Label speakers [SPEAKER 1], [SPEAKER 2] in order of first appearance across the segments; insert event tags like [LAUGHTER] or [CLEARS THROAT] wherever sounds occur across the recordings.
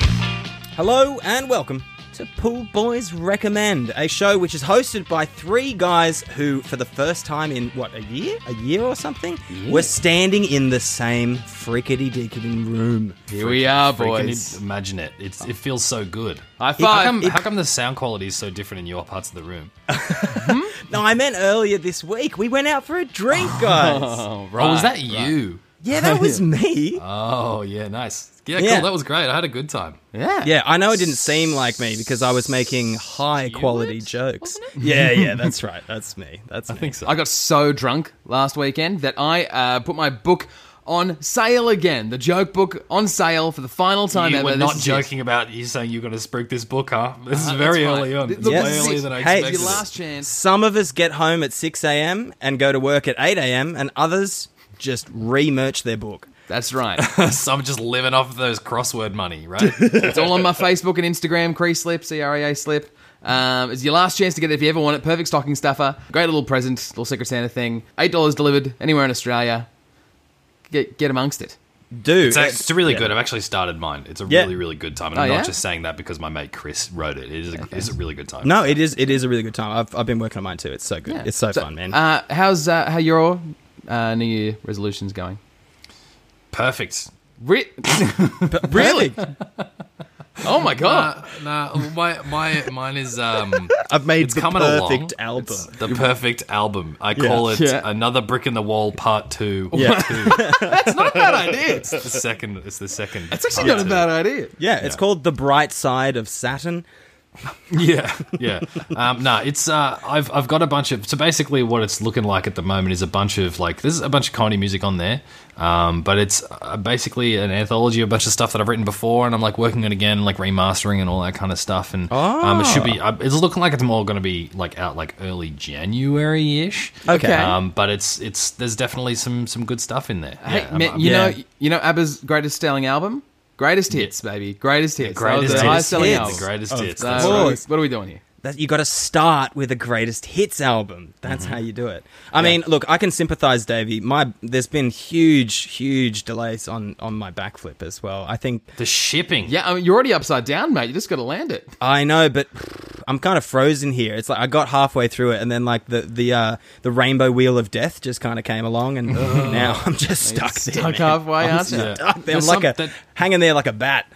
[SPEAKER 1] Hello and welcome to Pool Boys Recommend, a show which is hosted by three guys who, for the first time in what a year, a year or something, were standing in the same frickety dickety room.
[SPEAKER 2] Here we are,
[SPEAKER 3] Freaking
[SPEAKER 2] boys.
[SPEAKER 3] imagine it. It's, it feels so good. How
[SPEAKER 2] High five.
[SPEAKER 3] come, how come the sound quality is so different in your parts of the room?
[SPEAKER 1] No, I meant earlier this week. We went out for a drink, guys.
[SPEAKER 2] oh,
[SPEAKER 3] oh, was
[SPEAKER 2] right,
[SPEAKER 3] that
[SPEAKER 2] right.
[SPEAKER 3] you?
[SPEAKER 1] yeah, that was me.
[SPEAKER 3] Oh, yeah, nice. Yeah,
[SPEAKER 1] Yeah.
[SPEAKER 3] cool. That was great. I had a good time.
[SPEAKER 2] Yeah.
[SPEAKER 1] Yeah, I know it didn't seem like me because I was making high quality
[SPEAKER 3] it?
[SPEAKER 1] jokes. Yeah, yeah, that's right. That's me. That's me.
[SPEAKER 3] I think so.
[SPEAKER 2] I got so drunk last weekend that I uh, put my book on sale again. The joke book on sale for the final time
[SPEAKER 3] you
[SPEAKER 2] ever.
[SPEAKER 3] were
[SPEAKER 2] This
[SPEAKER 3] not
[SPEAKER 2] is
[SPEAKER 3] joking about you saying you're going to spruik this book, huh? This is
[SPEAKER 2] Uh,
[SPEAKER 3] very
[SPEAKER 2] that's
[SPEAKER 3] early
[SPEAKER 2] fine.
[SPEAKER 3] on.
[SPEAKER 2] Th-
[SPEAKER 3] It's
[SPEAKER 2] look,
[SPEAKER 3] way
[SPEAKER 2] this
[SPEAKER 3] earlier
[SPEAKER 2] is-
[SPEAKER 3] than I
[SPEAKER 1] hey,
[SPEAKER 2] It.
[SPEAKER 3] expected. [LAUGHS]
[SPEAKER 2] Your last chance.
[SPEAKER 1] Some of us get home at 6 a.m. and go to work at 8 a.m., and others just re-merch their book.
[SPEAKER 2] That's right.
[SPEAKER 3] I'm just living off those crossword money,
[SPEAKER 2] [LAUGHS]
[SPEAKER 3] right?
[SPEAKER 2] It's all on my Facebook and Instagram. Cree Slip, C R E A Slip. Um, it's your last chance to get it if you ever want it. Perfect stocking stuffer. Great little present, little Secret Santa thing. Eight dollars delivered anywhere in Australia. Get get amongst it.
[SPEAKER 1] Do
[SPEAKER 3] It's, act- it's really
[SPEAKER 1] yeah.
[SPEAKER 3] good. I've actually started mine. It's a
[SPEAKER 1] Yeah.
[SPEAKER 3] really, really good time. And
[SPEAKER 2] Oh,
[SPEAKER 3] I'm not
[SPEAKER 2] yeah?
[SPEAKER 3] just saying that because my mate Chris wrote it. It is a, it's a really good time.
[SPEAKER 1] No, it is. It is a really good time. I've, I've been working on mine too. It's so good.
[SPEAKER 2] Yeah.
[SPEAKER 1] It's so, fun, man.
[SPEAKER 2] Uh, how's uh, how your uh, New Year resolutions going?
[SPEAKER 3] Perfect.
[SPEAKER 2] Re-
[SPEAKER 1] really,
[SPEAKER 2] oh my god!
[SPEAKER 3] Uh, nah, my, my, mine is.
[SPEAKER 1] [LAUGHS]
[SPEAKER 3] Um,
[SPEAKER 1] I've made
[SPEAKER 3] It's
[SPEAKER 1] the
[SPEAKER 3] coming
[SPEAKER 1] perfect
[SPEAKER 3] along.
[SPEAKER 1] album.
[SPEAKER 3] It's the perfect album. I call it
[SPEAKER 2] Yeah.
[SPEAKER 3] another brick in the wall part two.
[SPEAKER 1] Yeah.
[SPEAKER 2] That's not a bad idea. It's,
[SPEAKER 3] It's [LAUGHS] the second. It's the second.
[SPEAKER 2] it's actually
[SPEAKER 3] part
[SPEAKER 2] not a
[SPEAKER 3] two.
[SPEAKER 2] bad idea.
[SPEAKER 1] yeah, it's called the bright side of Saturn.
[SPEAKER 3] [LAUGHS] Yeah, yeah. Um, no, it's uh, I've I've got a bunch of so basically what it's looking like at the moment is a bunch of like there's a bunch of comedy music on there, um, but it's uh, basically an anthology of a bunch of stuff that I've written before, and I'm like working it again, like remastering and all that kind of stuff, and um, it should be
[SPEAKER 1] Ah.
[SPEAKER 3] uh, it's looking like it's more going to be like out like early January ish.
[SPEAKER 1] Okay.
[SPEAKER 3] Um, but it's it's there's definitely some some good stuff in there.
[SPEAKER 2] Hey,
[SPEAKER 3] um, Yeah, I'm-
[SPEAKER 2] man,
[SPEAKER 3] I'm-
[SPEAKER 2] you
[SPEAKER 1] yeah.
[SPEAKER 2] know, you know ABBA's greatest selling album, greatest hits, baby, greatest hits.
[SPEAKER 3] greatest
[SPEAKER 2] that was the
[SPEAKER 3] hits.
[SPEAKER 2] highest selling
[SPEAKER 1] Hits.
[SPEAKER 2] album.
[SPEAKER 3] The greatest
[SPEAKER 1] Of
[SPEAKER 3] hits.
[SPEAKER 2] So,
[SPEAKER 3] That's
[SPEAKER 1] course.
[SPEAKER 3] right.
[SPEAKER 2] what are we-
[SPEAKER 1] right.
[SPEAKER 2] what are we doing here?
[SPEAKER 1] That you got to start with a greatest hits album. That's
[SPEAKER 3] Mm-hmm.
[SPEAKER 1] how you do it. I mean, look, I can sympathize, Davey. My there's been huge, huge delays on on my backflip as well. I think
[SPEAKER 3] The shipping.
[SPEAKER 2] Yeah, I mean, you're already upside down, mate. You just got to
[SPEAKER 3] [LAUGHS]
[SPEAKER 2] land it.
[SPEAKER 1] I know, but I'm kind of frozen here. It's like I got halfway through it, and then like the the uh, the rainbow wheel of death just kind of came along,
[SPEAKER 2] [LAUGHS]
[SPEAKER 1] and [LAUGHS] now I'm just stuck there.
[SPEAKER 2] Tuck
[SPEAKER 1] man.
[SPEAKER 2] halfway, aren't you?
[SPEAKER 3] Yeah.
[SPEAKER 1] Stuck there. I'm
[SPEAKER 3] There's
[SPEAKER 1] like a
[SPEAKER 3] some- that-
[SPEAKER 1] hanging there like a bat.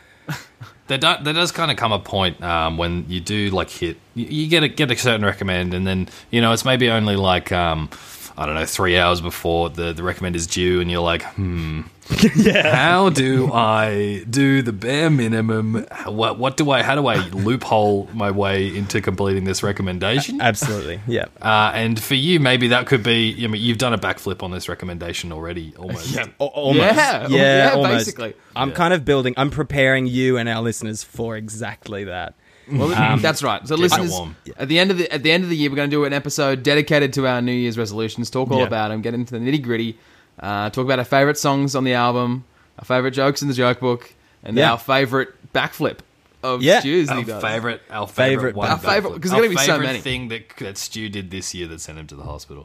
[SPEAKER 3] There, do, there does kind of come a point um, when you do like hit, you, you get a, get a certain recommend, and then you know it's maybe only like um, I don't know three hours before the the recommend is due, and you're like, hmm,
[SPEAKER 2] [LAUGHS]
[SPEAKER 3] yeah, how do I do the bare minimum? What what do I? How do I loophole my way into completing this recommendation?
[SPEAKER 1] Absolutely, [LAUGHS] yeah.
[SPEAKER 3] Uh, and for you, maybe that could be. I mean, you've done a backflip on this recommendation [LAUGHS] already, almost.
[SPEAKER 1] Al- almost.
[SPEAKER 2] Yeah, oh,
[SPEAKER 1] yeah,
[SPEAKER 2] yeah,
[SPEAKER 1] almost.
[SPEAKER 2] basically.
[SPEAKER 1] I'm kind of building. I'm preparing you and our listeners for exactly that.
[SPEAKER 2] Well, [LAUGHS] that's right. So,
[SPEAKER 3] Um, keep it
[SPEAKER 2] listeners,
[SPEAKER 3] warm.
[SPEAKER 2] at the end of the at the end of the year, we're going to do an episode dedicated to our New Year's resolutions. Talk all
[SPEAKER 1] Yeah.
[SPEAKER 2] about them. Get into the nitty gritty. Uh, talk about our favorite songs on the album, our favorite jokes in the joke book, and
[SPEAKER 1] Yeah.
[SPEAKER 2] our favorite backflip of
[SPEAKER 1] Yeah.
[SPEAKER 2] Stu's. that
[SPEAKER 3] Our
[SPEAKER 2] he does.
[SPEAKER 3] favorite, our
[SPEAKER 1] Favorite
[SPEAKER 3] favorite, one
[SPEAKER 1] Our
[SPEAKER 2] favorite-
[SPEAKER 3] backflip.
[SPEAKER 2] 'cause there's gonna
[SPEAKER 3] Our
[SPEAKER 2] be so
[SPEAKER 3] favorite
[SPEAKER 2] many.
[SPEAKER 3] thing that that Stu did this year that sent him to the
[SPEAKER 2] [LAUGHS]
[SPEAKER 3] hospital.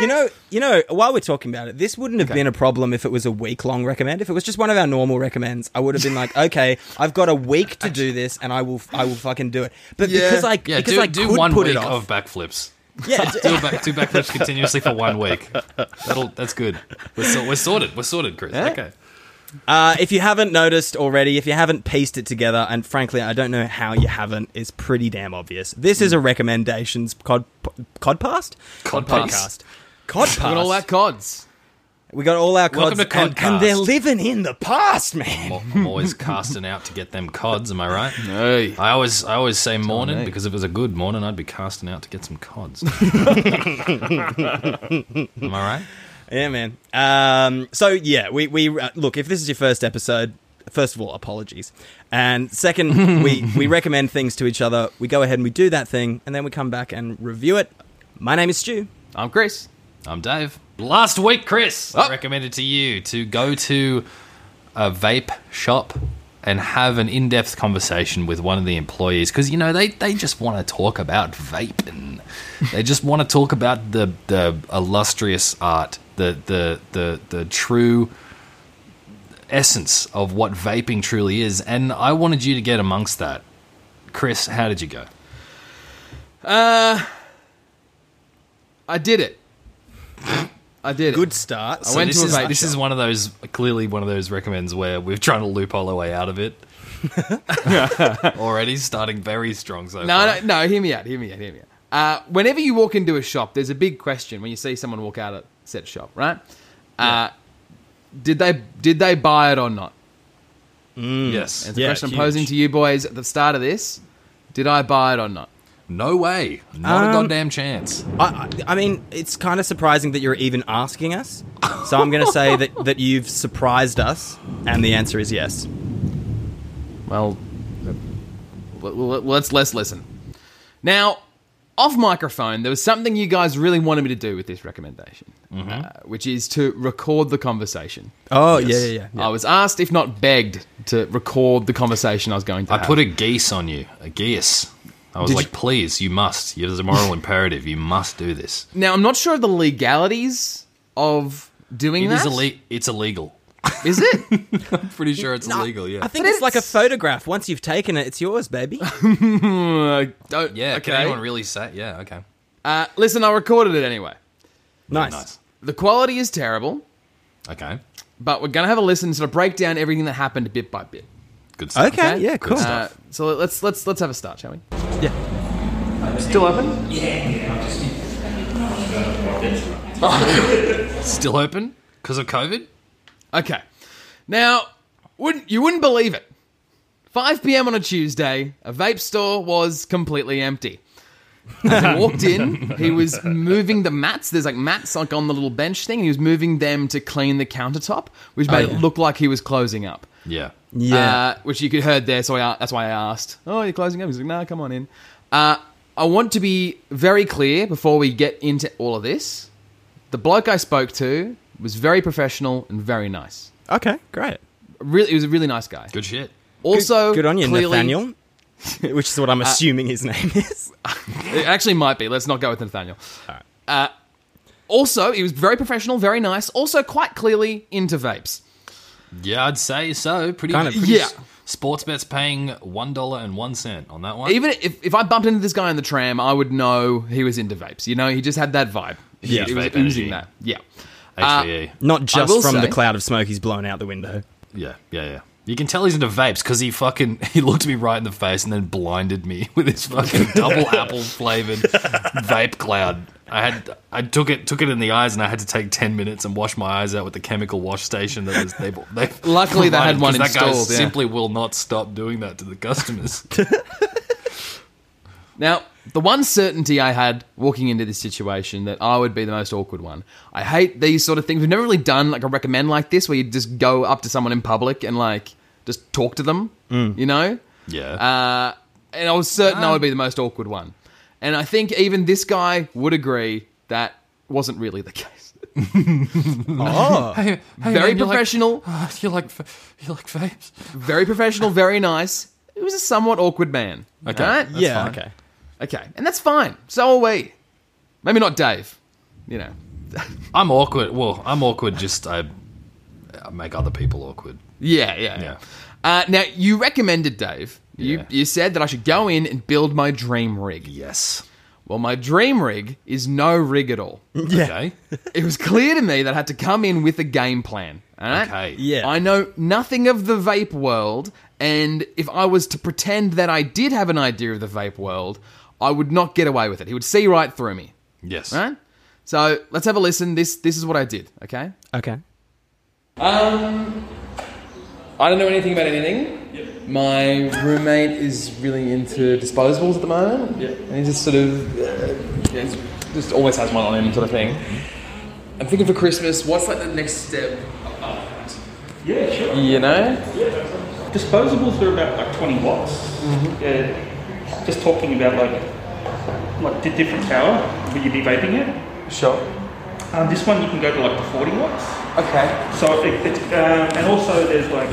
[SPEAKER 1] You know, you know. While we're talking about it, this wouldn't have been a problem if it was a week long recommend. If it was just one of our normal recommends, I would have been like, [LAUGHS] okay, I've got a week to do this, and I will, I will fucking do it. But
[SPEAKER 2] Yeah.
[SPEAKER 1] because I,
[SPEAKER 3] Yeah,
[SPEAKER 1] because
[SPEAKER 3] do,
[SPEAKER 1] I
[SPEAKER 3] do
[SPEAKER 1] could
[SPEAKER 3] one
[SPEAKER 1] put
[SPEAKER 3] week
[SPEAKER 1] it off.
[SPEAKER 3] of backflips.
[SPEAKER 1] yeah,
[SPEAKER 3] [LAUGHS]
[SPEAKER 1] d-
[SPEAKER 3] Do a back, two backflips continuously for one week. That'll that's good. We're, so, we're sorted. We're sorted, Chris.
[SPEAKER 2] Yeah.
[SPEAKER 3] Okay.
[SPEAKER 1] uh, if you haven't noticed already, if you haven't pieced it together, and frankly, I don't know how you haven't, it's pretty damn obvious. This is a recommendations cod, codpast,
[SPEAKER 2] Codpast.
[SPEAKER 1] codpast.
[SPEAKER 2] Doing all that cods.
[SPEAKER 1] we got all our
[SPEAKER 3] Welcome
[SPEAKER 1] cods,
[SPEAKER 3] to
[SPEAKER 1] and, and
[SPEAKER 3] Codcast.
[SPEAKER 1] they're living in the past, man.
[SPEAKER 3] I'm al- I'm always casting out to get them cods. Am I right?
[SPEAKER 2] Hey.
[SPEAKER 3] I always I always say morning
[SPEAKER 2] me.
[SPEAKER 3] because if it was a good morning, I'd be casting out to get some
[SPEAKER 2] [LAUGHS]
[SPEAKER 3] cods. Am I right?
[SPEAKER 1] Yeah, man. Um, so yeah, we we uh, look. If this is your first episode, first of all, apologies, and [LAUGHS] second, we we recommend things to each other. We go ahead and we do that thing, and then we come back and review it. My name is Stu.
[SPEAKER 2] I'm Chris.
[SPEAKER 3] I'm Dave. Last week, Chris,
[SPEAKER 2] Oh.
[SPEAKER 3] I recommended to you to go to a vape shop and have an in-depth conversation with one of the employees because you know they, they just want to talk about vape and they just want to talk about the the illustrious art the the the the true essence of what vaping truly is and I wanted you to get amongst that Chris how did you go
[SPEAKER 2] I did it. I did
[SPEAKER 1] Good
[SPEAKER 2] it.
[SPEAKER 1] start.
[SPEAKER 2] went
[SPEAKER 3] this
[SPEAKER 2] to a
[SPEAKER 3] is
[SPEAKER 2] vape
[SPEAKER 3] this
[SPEAKER 2] shop.
[SPEAKER 3] is one of those clearly one of those recommends where we're trying to loophole our way out of it already starting very strong so far.
[SPEAKER 2] No, no, no. Hear me out. Hear me out. Hear me out. Uh, whenever you walk into a shop, there's a big question when you see someone walk out of said shop, right? Uh, Did they did they buy it or not?
[SPEAKER 3] yes
[SPEAKER 2] It's a
[SPEAKER 1] Yeah,
[SPEAKER 2] question I'm
[SPEAKER 1] huge.
[SPEAKER 2] posing to you boys at the start of this. Did I buy it or not?
[SPEAKER 3] No way. Not a
[SPEAKER 1] Um,
[SPEAKER 3] goddamn chance.
[SPEAKER 1] I, I I mean, it's kind of surprising that you're even asking us. So I'm going to say that, that you've surprised us, and the answer is yes.
[SPEAKER 2] Well, l- l- let's let's listen. Now, off microphone, there was something you guys really wanted me to do with this recommendation, uh, which is to record the conversation.
[SPEAKER 1] Oh,
[SPEAKER 3] Yes.
[SPEAKER 1] yeah, yeah, yeah.
[SPEAKER 2] I was asked, if not begged, to record the conversation I was going to.
[SPEAKER 3] I
[SPEAKER 2] have.
[SPEAKER 3] put a geese on you. A geese. I was
[SPEAKER 2] Did
[SPEAKER 3] like,
[SPEAKER 2] you-
[SPEAKER 3] please, you must. It is a
[SPEAKER 2] [LAUGHS]
[SPEAKER 3] moral imperative. You must do this.
[SPEAKER 2] Now, I'm not sure of the legalities of doing
[SPEAKER 3] It
[SPEAKER 2] that.
[SPEAKER 3] is ille- it's illegal.
[SPEAKER 2] Is it?
[SPEAKER 3] I'm pretty sure it's illegal, Uh, yeah.
[SPEAKER 1] I think
[SPEAKER 2] But
[SPEAKER 1] it's, like a
[SPEAKER 2] it's-
[SPEAKER 1] photograph. Once you've taken it, it's yours, baby.
[SPEAKER 2] Uh, don't.
[SPEAKER 3] yeah,
[SPEAKER 2] Okay.
[SPEAKER 3] can anyone really say Yeah, okay.
[SPEAKER 2] uh, listen, I recorded it anyway.
[SPEAKER 1] Nice.
[SPEAKER 3] Nice.
[SPEAKER 2] The quality is terrible,
[SPEAKER 3] Okay.
[SPEAKER 2] but we're gonna have a listen and sort of break down everything that happened bit by bit.
[SPEAKER 3] Good stuff.
[SPEAKER 1] Okay, yeah, cool.
[SPEAKER 2] Uh, so let's let's let's have a start, shall we?
[SPEAKER 1] yeah.
[SPEAKER 2] Still open?
[SPEAKER 3] Still open because of COVID?
[SPEAKER 2] Okay. Now, wouldn't you wouldn't believe it? 5 p.m. on a Tuesday, a vape store was completely empty. As I walked in, he was moving the mats. There's like mats like on the little bench thing. He was moving them to clean the countertop, which made
[SPEAKER 1] Oh, yeah.
[SPEAKER 2] it look like he was closing up.
[SPEAKER 3] Yeah.
[SPEAKER 1] Yeah.
[SPEAKER 2] Uh, which you could heard there, so I, that's why I asked. Oh, you're closing up? He's like, nah, come on in. Uh, I want to be very clear before we get into all of this. The bloke I spoke to was very professional and very nice.
[SPEAKER 1] okay, great.
[SPEAKER 2] Really, he was a really nice guy.
[SPEAKER 3] Good shit.
[SPEAKER 2] Also,
[SPEAKER 1] Good on you,
[SPEAKER 2] clearly,
[SPEAKER 1] Nathaniel. [LAUGHS] Which is what I'm assuming his name is.
[SPEAKER 2] It actually might be. Let's not go with Nathaniel. Uh, also, he was very professional, very nice. Also, quite clearly into vapes.
[SPEAKER 3] Yeah, I'd say so. Pretty,
[SPEAKER 1] Kinda
[SPEAKER 3] pretty
[SPEAKER 2] pretty-
[SPEAKER 3] s- Sports bets paying $1.01 on that one.
[SPEAKER 2] Even if, if I bumped into this guy in the tram, I would know he was into vapes. You know, he just had that vibe.
[SPEAKER 1] Yeah,
[SPEAKER 2] he was
[SPEAKER 3] vape energy.
[SPEAKER 2] oozing that. Yeah. Uh,
[SPEAKER 3] HVE.
[SPEAKER 1] Not just
[SPEAKER 2] will
[SPEAKER 1] from the
[SPEAKER 2] say-
[SPEAKER 1] cloud of smoke he's blown out the window.
[SPEAKER 3] E. Yeah, yeah, yeah. You can tell he's into vapes because he fucking [LAUGHS] he looked me right in the face and then blinded me [LAUGHS] with his fucking
[SPEAKER 2] [LAUGHS]
[SPEAKER 3] double apple flavored vape cloud. I had I took it took it in the eyes and I had to take ten minutes and wash my eyes out with the chemical wash station that was they. they
[SPEAKER 2] [LAUGHS] Luckily, they had
[SPEAKER 3] provided,
[SPEAKER 2] one
[SPEAKER 3] 'cause that
[SPEAKER 2] installed,
[SPEAKER 3] guy
[SPEAKER 2] yeah.
[SPEAKER 3] simply will not stop doing that to the
[SPEAKER 2] [LAUGHS]
[SPEAKER 3] customers.
[SPEAKER 2] Now, the one certainty I had walking into this situation that I would be the most awkward one. I hate these sort of things. We've never really done like a recommend like this where you just go up to someone in public and like just talk to them, you know?
[SPEAKER 3] Mm. yeah,
[SPEAKER 2] Uh, and I was certain I would be the most awkward one. And I think even this guy would agree that wasn't really the [LAUGHS] case.
[SPEAKER 1] [LAUGHS] Oh.
[SPEAKER 2] very [LAUGHS] professional,
[SPEAKER 3] you like you like vapes?
[SPEAKER 2] very professional, very nice. He was a somewhat awkward man.
[SPEAKER 3] Okay.
[SPEAKER 2] Alright?
[SPEAKER 3] That's
[SPEAKER 1] yeah,
[SPEAKER 3] fine.
[SPEAKER 1] okay.
[SPEAKER 2] Okay. And that's fine. So are we. Maybe not Dave, you know.
[SPEAKER 3] I'm awkward. Well, I'm awkward. Just I, I make other people awkward.
[SPEAKER 2] Yeah, yeah,
[SPEAKER 3] Yeah.
[SPEAKER 2] yeah. Uh, now you recommended Dave.
[SPEAKER 3] Yeah.
[SPEAKER 2] You you said that I should go in and build my dream rig.
[SPEAKER 3] Yes.
[SPEAKER 2] Well, my dream rig is no rig at
[SPEAKER 3] [LAUGHS]
[SPEAKER 2] all.
[SPEAKER 1] Yeah.
[SPEAKER 3] Okay.
[SPEAKER 2] it was clear to me that I had to come in with a game plan. All right?
[SPEAKER 3] Okay.
[SPEAKER 1] Yeah.
[SPEAKER 2] I know nothing of the vape world, and if I was to pretend that I did have an idea of the vape world, I would not get away with it. He would see right through me.
[SPEAKER 3] Yes.
[SPEAKER 2] All right. So let's have a listen. This this is what I did. Okay.
[SPEAKER 1] Okay.
[SPEAKER 2] I don't know anything about anything. My roommate is really into disposables at the moment. Yeah. And he just sort of, uh, yeah, just always has one on him, sort of thing. I'm thinking for Christmas, what's like the next step?
[SPEAKER 4] Yeah, sure.
[SPEAKER 2] You know?
[SPEAKER 4] Disposables are about like 20 watts. Yeah. Just talking about like like di- different power. Will you be vaping it?
[SPEAKER 2] Sure.
[SPEAKER 4] Um, this one you can go to like the 40 watts.
[SPEAKER 2] Okay.
[SPEAKER 4] So it, it, um, and also there's like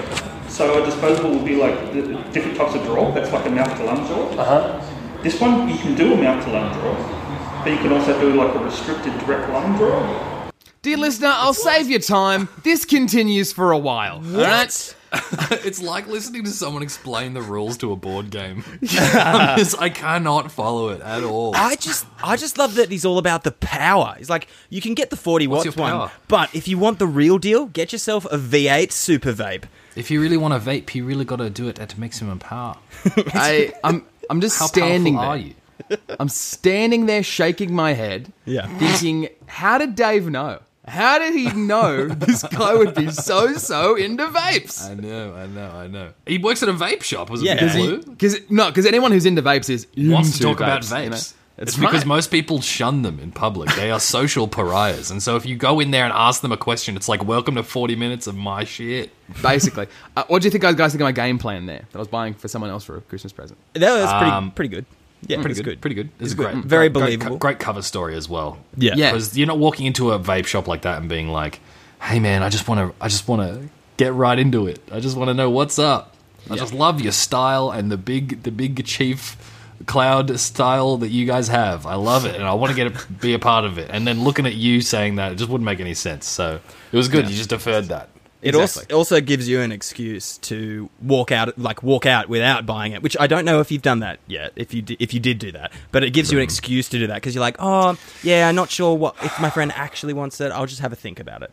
[SPEAKER 4] So a disposable would be like the the different types of draw. That's like a mouth to lung draw. This one you can do a mouth to lung draw, but you can also do like a restricted direct lung draw.
[SPEAKER 2] Dear listener, I'll save your time. This continues for a while. All right?
[SPEAKER 3] [LAUGHS] it's like listening to someone explain the rules to a board game. [LAUGHS] I'm just- I cannot follow it at all.
[SPEAKER 1] I just, I just love that he's all about the power. He's like, you can get the forty watts
[SPEAKER 3] your
[SPEAKER 1] one,
[SPEAKER 3] power?
[SPEAKER 1] but if you want the real deal, get yourself a V8 Super Vape.
[SPEAKER 3] If you really want to vape, you really got to do it at maximum power.
[SPEAKER 2] I, I'm, I'm just
[SPEAKER 3] How
[SPEAKER 2] standing
[SPEAKER 3] powerful
[SPEAKER 2] there.
[SPEAKER 3] are you?
[SPEAKER 2] I'm standing there shaking my head,
[SPEAKER 1] Yeah.
[SPEAKER 2] thinking, how did Dave know? How did he know this guy would be so so into vapes?
[SPEAKER 3] I know, I know, I know. He works at a vape shop. Was
[SPEAKER 1] Yeah.
[SPEAKER 3] it
[SPEAKER 1] Does he-
[SPEAKER 3] blue?
[SPEAKER 2] Because no, because anyone who's into vapes is
[SPEAKER 3] Wants to
[SPEAKER 2] into
[SPEAKER 3] talk about
[SPEAKER 2] vapes,
[SPEAKER 3] vapes.
[SPEAKER 2] you know?
[SPEAKER 3] It's
[SPEAKER 2] That's
[SPEAKER 3] because
[SPEAKER 2] right.
[SPEAKER 3] most people shun them in public. They are social pariahs, and so if you go in there and ask them a question, it's like, "Welcome to forty minutes of my shit."
[SPEAKER 2] basically. Uh, what do you think, guys? Guys, think of my game plan there that I was buying for someone else for a Christmas present.
[SPEAKER 1] That was pretty,
[SPEAKER 3] Um,
[SPEAKER 1] pretty good. Yeah, pretty good.
[SPEAKER 3] Pretty good. It's great,
[SPEAKER 1] Very
[SPEAKER 3] great- great co-
[SPEAKER 1] believable.
[SPEAKER 3] Great, cover story as well.
[SPEAKER 1] Yeah.
[SPEAKER 2] Yeah.
[SPEAKER 3] because you're not walking into a vape shop like that and being like, "Hey, man, I just want to, I just want to get right into it. I just want to know what's up. I just love your style and the big, the big chief." Cloud style that you guys have, I love it, and I want to get a, be a part of it. And then looking at you saying that, it just wouldn't make any sense. So it was good. You just deferred that.
[SPEAKER 1] It also,
[SPEAKER 2] Exactly.
[SPEAKER 1] also gives you an excuse to walk out, like walk out without buying it, which I don't know if you've done that yet. If you di- if you did do that, but it gives you an excuse to do that because you're like, oh yeah, I'm not sure what if my friend actually wants it. I'll just have a think about it.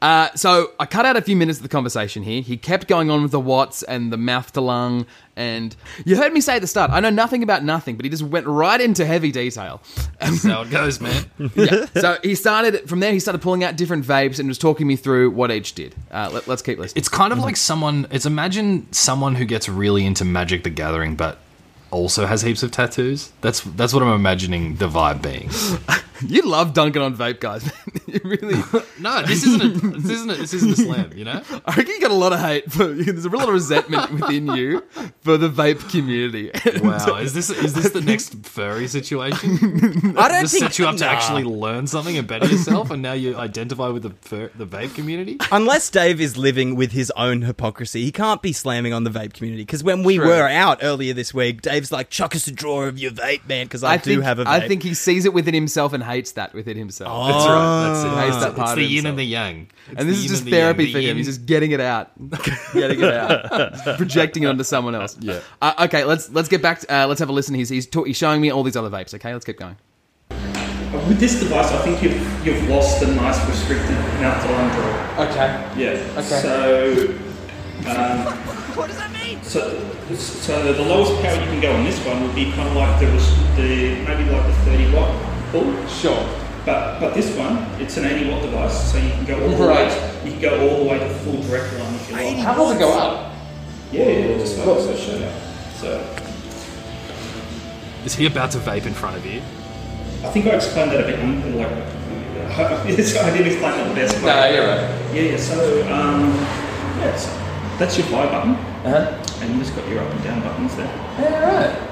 [SPEAKER 2] Uh, so I cut out a few minutes of the conversation here. He kept going on with the watts and the mouth to lung, and you heard me say at the start, I know nothing about nothing, but he just went right into heavy detail.
[SPEAKER 3] That's how it goes, man.
[SPEAKER 2] yeah. [LAUGHS] So he started from there. He started pulling out different vapes and was talking me through what each did. Uh, let, us keep listening.
[SPEAKER 3] It's kind of like someone. It's imagine someone who gets really into Magic the Gathering, but also has heaps of tattoos. That's that's what I'm imagining the vibe being.
[SPEAKER 2] [LAUGHS] You love dunking on vape guys. man. [LAUGHS] you really.
[SPEAKER 3] [GASPS] No, this isn't. A, this isn't. A, this isn't a slam. You know.
[SPEAKER 2] I reckon you got a lot of hate. For, [LAUGHS] there's a lot of resentment within you for the vape community.
[SPEAKER 3] [LAUGHS]
[SPEAKER 2] [LAUGHS]
[SPEAKER 3] Wow. Is this is this the next furry [LAUGHS] situation?
[SPEAKER 1] I don't
[SPEAKER 3] Just
[SPEAKER 1] think
[SPEAKER 3] set you up to actually learn something and better yourself, and now you identify with the fur, the vape community.
[SPEAKER 1] [LAUGHS] Unless Dave is living with his own hypocrisy, he can't be slamming on the vape community. Because when we
[SPEAKER 2] True.
[SPEAKER 1] were out earlier this week, Dave's like, "Chuck us a drawer of your vape, man," because I, do
[SPEAKER 2] think,
[SPEAKER 1] have a vape.
[SPEAKER 2] I think he sees it within himself and hates that within himself.
[SPEAKER 3] That's right. That's it.
[SPEAKER 2] Ah. Hates that
[SPEAKER 3] Oh. It's
[SPEAKER 2] part
[SPEAKER 3] the
[SPEAKER 2] of
[SPEAKER 3] yin
[SPEAKER 2] himself.
[SPEAKER 3] and the yang. It's
[SPEAKER 2] [LAUGHS] and this
[SPEAKER 3] the
[SPEAKER 2] is
[SPEAKER 3] yin
[SPEAKER 2] just
[SPEAKER 3] the yang.
[SPEAKER 2] therapy
[SPEAKER 3] The
[SPEAKER 2] for him.
[SPEAKER 3] yin-
[SPEAKER 2] He's just getting it out, [LAUGHS] getting it out, Just projecting it onto someone else. Yeah. Uh, okay, let's let's get back. To, uh, let's have a listen. He's he's, ta- he's showing me all these other vapes. Okay, let's keep going.
[SPEAKER 4] With this device, I think you've, you've lost a nice restricted mouth to lung draw.
[SPEAKER 2] Okay.
[SPEAKER 4] Yeah.
[SPEAKER 2] Okay.
[SPEAKER 4] So. Um, [LAUGHS] what does that mean? So, so the lowest power you can go on this one would be kind of like the, res- the maybe like the 30 watt pull.
[SPEAKER 2] Sure.
[SPEAKER 4] But but this one, it's an 80 watt device, so you can go all the
[SPEAKER 2] Right.
[SPEAKER 4] way. You can go all the way to full direct line if you like.
[SPEAKER 2] How does it go up?
[SPEAKER 4] Yeah, yeah, just like so show you. So
[SPEAKER 3] Is he about to vape in front of you? I
[SPEAKER 4] I think I explained that a bit un- like [LAUGHS] it's, I didn't explain it the best way.
[SPEAKER 2] right.
[SPEAKER 4] Yeah, yeah. So um, yeah, it's, that's your buy button,
[SPEAKER 2] Uh-huh.
[SPEAKER 4] and you just got your up and down buttons there.
[SPEAKER 2] Yeah,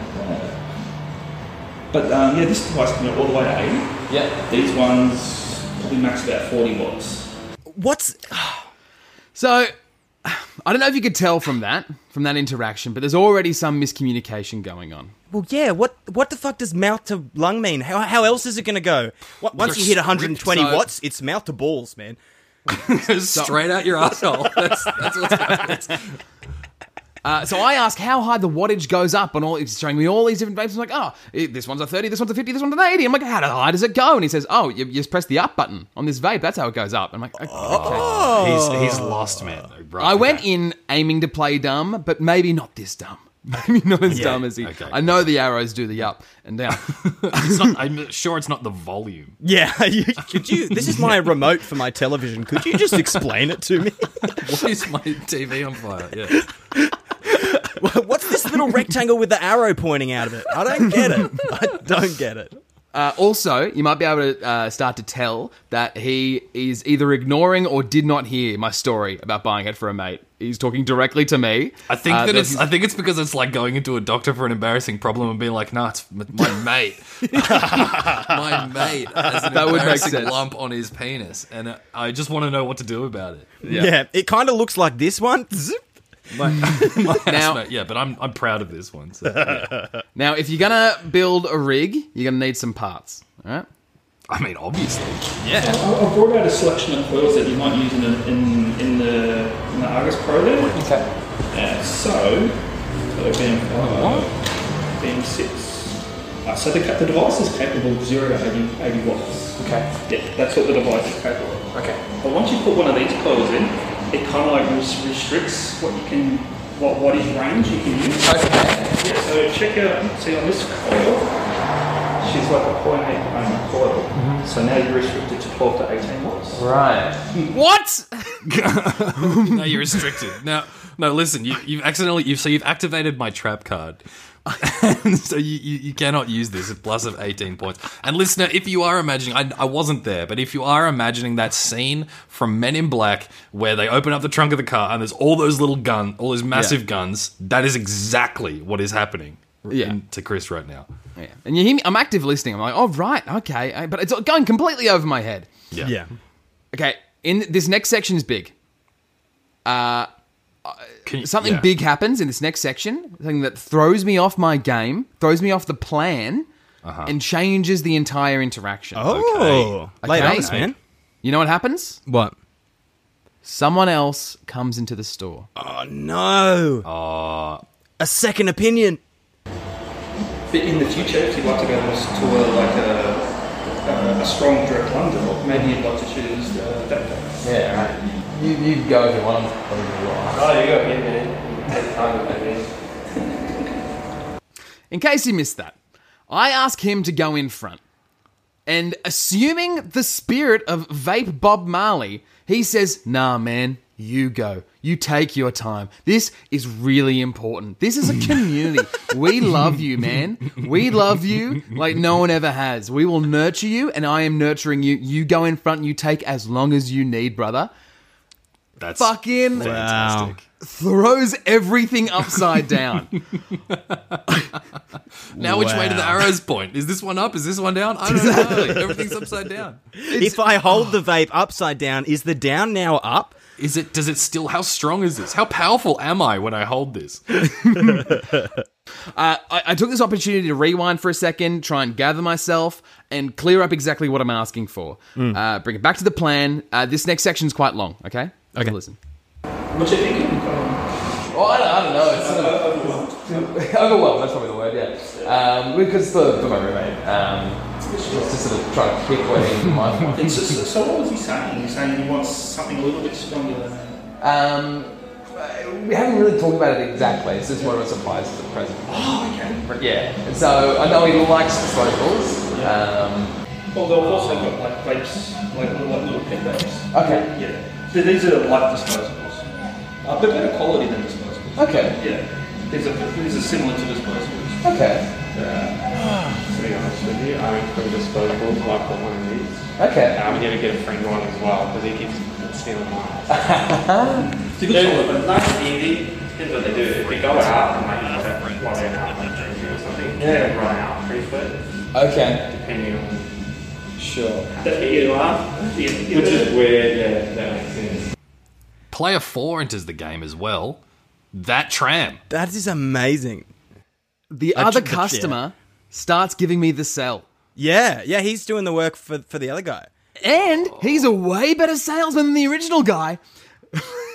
[SPEAKER 4] But um, yeah, this device can go all the way to
[SPEAKER 2] right. Yeah.
[SPEAKER 4] 80. These ones probably max about 40 watts.
[SPEAKER 1] What's
[SPEAKER 2] So, I don't know if you could tell from that from that interaction, but there's already some miscommunication going on.
[SPEAKER 1] well, yeah. What what the fuck does mouth to lung mean? How how else is it gonna go? What, once you hit 120
[SPEAKER 2] so-
[SPEAKER 1] watts, it's mouth to balls, man.
[SPEAKER 3] Straight out your asshole. [LAUGHS] That's, that's what's happening.
[SPEAKER 2] [LAUGHS] Uh, so I ask how high the wattage goes up on all. He's showing me all these different vapes. I'm like, oh, it- this one's a thirty, this one's a fifty, this one's an eighty. I'm like, how high does it go? And he says, oh, you, you just press the up button on this vape. That's how it goes up. I'm like, okay.
[SPEAKER 3] Oh. He's, he's lost, man. Right,
[SPEAKER 2] I went
[SPEAKER 3] okay.
[SPEAKER 2] in aiming to play dumb, but maybe not this dumb. [LAUGHS] Maybe not as dumb as he.
[SPEAKER 3] okay.
[SPEAKER 2] I know the arrows do the up and down.
[SPEAKER 3] It's not, I'm sure it's not the volume.
[SPEAKER 1] Yeah, [LAUGHS] you, could you? This is my remote for my television. Could you just explain it to me?
[SPEAKER 3] Why is my TV on fire? Yeah.
[SPEAKER 1] What's this little rectangle with the arrow pointing out of it? I don't get it. I don't get it.
[SPEAKER 2] Uh, also, you might be able to uh, start to tell that he is either ignoring or did not hear my story about buying it for a mate. He's talking directly to me.
[SPEAKER 3] I think
[SPEAKER 2] Uh,
[SPEAKER 3] that
[SPEAKER 2] there's
[SPEAKER 3] it's.
[SPEAKER 2] his-
[SPEAKER 3] I think it's because it's like going into a doctor for an embarrassing problem and being like, "No, it's m-
[SPEAKER 2] [LAUGHS]
[SPEAKER 3] my mate. my mate has an
[SPEAKER 2] [LAUGHS] That would make
[SPEAKER 3] embarrassing
[SPEAKER 2] sense.
[SPEAKER 3] lump on his penis, and I just want to know what to do about it."
[SPEAKER 1] Yeah, it kind of looks like this one. Zip.
[SPEAKER 2] Now-
[SPEAKER 3] But yeah, but I'm I'm proud of this one. So,
[SPEAKER 2] [LAUGHS]
[SPEAKER 3] yeah.
[SPEAKER 2] Now, if you're gonna build a rig, you're gonna need some parts. All right.
[SPEAKER 3] I mean, obviously, yeah.
[SPEAKER 4] I I brought out a selection of coils that you might use in the, in, in the, in the Argus Pro there.
[SPEAKER 2] Okay.
[SPEAKER 4] Uh, so, so beam five, beam six. Uh, so the, ca- the device is capable of zero to 80, 80 watts.
[SPEAKER 2] Okay.
[SPEAKER 4] Yeah, that's what the device is capable of.
[SPEAKER 2] Okay.
[SPEAKER 4] But once you put one of these coils in, it kind of like res- restricts what you can, what what is range you can use.
[SPEAKER 2] Okay.
[SPEAKER 4] Yeah, so check out, see on this coil, she's like a 0.8 ohm coil.
[SPEAKER 5] Mm-hmm.
[SPEAKER 4] So now you're restricted to 12 to 18 watts.
[SPEAKER 2] Right. What?
[SPEAKER 3] No, you're restricted.
[SPEAKER 2] [LAUGHS]
[SPEAKER 3] No, no. Listen, you, you've accidentally you've so you've activated my trap card. [LAUGHS] And so you, you, you cannot use this at plus of 18 points. And listener, if you are imagining, I, I wasn't there, but if you are imagining that scene from Men in Black where they open up the trunk of the car and there's all those little guns, all those massive guns, that is exactly what is happening r-
[SPEAKER 2] Yeah.
[SPEAKER 3] in- to Chris right now.
[SPEAKER 2] Yeah. And you hear me? I'm active listening. I'm like, oh right, okay, I- but it's going completely over my head.
[SPEAKER 3] Yeah.
[SPEAKER 1] Yeah.
[SPEAKER 2] Okay. In this next section is big.
[SPEAKER 3] Can
[SPEAKER 1] [LAUGHS]
[SPEAKER 3] you-
[SPEAKER 2] Something
[SPEAKER 3] yeah.
[SPEAKER 2] big happens in this next section. Something that throws me off my game, throws me off the plan, and changes the entire interaction.
[SPEAKER 1] Uh-huh. Oh, late
[SPEAKER 2] Okay.
[SPEAKER 1] hours, man.
[SPEAKER 2] You know what happens?
[SPEAKER 1] What?
[SPEAKER 2] Someone else comes into the store.
[SPEAKER 1] Oh no! a second opinion.
[SPEAKER 4] But in the future, if you'd like to go to a, like a, a, a strong direct London, or maybe you'd like to choose uh, that one.
[SPEAKER 5] Yeah, right. You, you go if you want them. Oh, you go. Yeah, yeah. Take time with it.
[SPEAKER 2] In case you missed that, I ask him to go in front. And assuming the spirit of Vape Bob Marley, he says, Nah, man, you go. You take your time. This is really important. This is a community. we love you, man. We love you like no one ever has. We will nurture you, and I am nurturing you. You go in front, you take as long as you need, brother.
[SPEAKER 3] That's
[SPEAKER 2] Fucking
[SPEAKER 1] Wow.
[SPEAKER 2] throws everything upside down.
[SPEAKER 3] Now, which way to the
[SPEAKER 1] Wow.
[SPEAKER 3] arrows point? Is this one up? Is this one down? I don't know. Everything's upside down.
[SPEAKER 1] If I hold the vape upside down, is the down now up?
[SPEAKER 3] Is it? Does it still? How strong is this? How powerful am I when I hold this?
[SPEAKER 2] Uh, I, I took this opportunity to rewind for a second, try and gather myself, and clear up exactly what I'm asking for.
[SPEAKER 4] Hmm.
[SPEAKER 2] Uh, bring it back to the plan. Uh, this next section's quite long, okay? Okay. Listen.
[SPEAKER 4] What do you think? Um,
[SPEAKER 5] Well, Oh, I don't, I don't know. It's sort of overwhelmed. That's probably the word. Yeah. Um, because for, for my roommate, um, it's just sort of trying to kick where he might want.
[SPEAKER 4] so, so, so what was he saying? He's saying he wants something a little bit stronger than
[SPEAKER 5] Um, we haven't really talked about it exactly. It's just one of our surprises at present.
[SPEAKER 4] [GASPS] Oh, okay.
[SPEAKER 5] But yeah. And so I know he likes disposables. Um,
[SPEAKER 4] Although I've also got like vapes, like, little- like little pet vapes.
[SPEAKER 5] okay.
[SPEAKER 4] Yeah. So these are like disposables. Uh, but better quality than disposables.
[SPEAKER 5] Okay.
[SPEAKER 4] Yeah. These are, these are similar to disposables.
[SPEAKER 5] Okay.
[SPEAKER 6] To be honest with you, I'm from disposables. I got one of these.
[SPEAKER 5] Okay.
[SPEAKER 6] And I'm gonna get a friend one as well because he keeps stealing mine.
[SPEAKER 4] It's a good solid, but nice and easy.
[SPEAKER 6] Here's what they do: if you go out and like have a friend one in out like drinking or something, yeah, you run out pretty quick,
[SPEAKER 5] Okay.
[SPEAKER 6] depending on
[SPEAKER 5] Sure.
[SPEAKER 4] That you are. Yeah, yeah.
[SPEAKER 6] which is weird. Yeah, that makes sense.
[SPEAKER 3] Player four enters the game as well. That tram.
[SPEAKER 1] That is amazing.
[SPEAKER 2] The
[SPEAKER 1] I
[SPEAKER 2] other
[SPEAKER 1] took the chair.
[SPEAKER 2] customer starts giving me the sell.
[SPEAKER 1] Yeah, yeah, he's doing the work for for the other guy.
[SPEAKER 2] And he's a way better salesman than the original guy.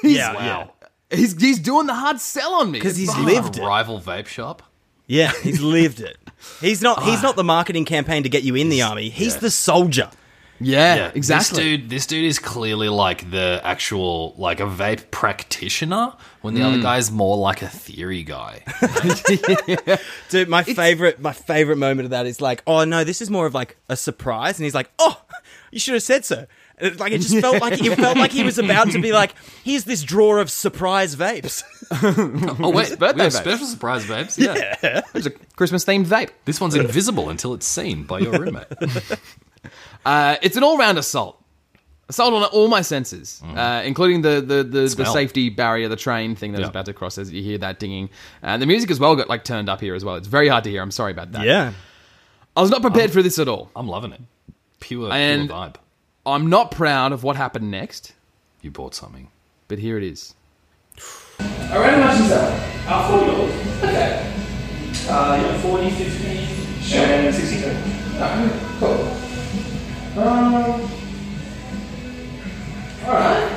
[SPEAKER 2] he's,
[SPEAKER 1] Yeah,
[SPEAKER 3] Wow.
[SPEAKER 2] He's, he's doing the hard sell on me.
[SPEAKER 1] Because he's
[SPEAKER 2] Fuck.
[SPEAKER 1] lived
[SPEAKER 3] A
[SPEAKER 1] it.
[SPEAKER 3] rival vape shop.
[SPEAKER 1] Yeah, he's lived it. He's not he's not the marketing campaign to get you in the army. He's the soldier.
[SPEAKER 2] Yeah,
[SPEAKER 3] Yeah,
[SPEAKER 2] exactly.
[SPEAKER 3] This dude, this dude is clearly like the actual like a vape practitioner, when the other guy's more like a theory guy.
[SPEAKER 1] Dude, my favorite my favorite moment of that is like, oh no, this is more of like a surprise, and he's like, oh, you should have said so. And it- Like it just felt like it felt like he was about to be like, here's this drawer of surprise vapes.
[SPEAKER 3] [LAUGHS] oh wait, [LAUGHS] we
[SPEAKER 2] birthday
[SPEAKER 3] have
[SPEAKER 2] vape.
[SPEAKER 3] special surprise vapes. [LAUGHS] Yeah.
[SPEAKER 2] It's a Christmas themed vape.
[SPEAKER 3] this one's invisible until it's seen by your [LAUGHS] roommate.
[SPEAKER 2] Uh, it's an all-round assault. Assault on all my senses, uh, including the the, the, the
[SPEAKER 3] Smell.
[SPEAKER 2] safety barrier, the train thing that was
[SPEAKER 3] Yeah.
[SPEAKER 2] about to cross as you hear that dinging. Uh, the music as well got like turned up here as well. It's very hard to hear. I'm sorry about that.
[SPEAKER 1] Yeah,
[SPEAKER 2] I was not prepared for this at all.
[SPEAKER 3] I'm loving it. Pure,
[SPEAKER 2] And-
[SPEAKER 3] pure vibe.
[SPEAKER 2] I'm not proud of what happened next,
[SPEAKER 3] You bought something.
[SPEAKER 2] but here it is.
[SPEAKER 5] Around how much is that?
[SPEAKER 6] Uh, forty dollars.
[SPEAKER 5] Okay.
[SPEAKER 6] Uh, yeah, forty, fifty, and sixty.
[SPEAKER 5] Alright, cool. Um. Alright.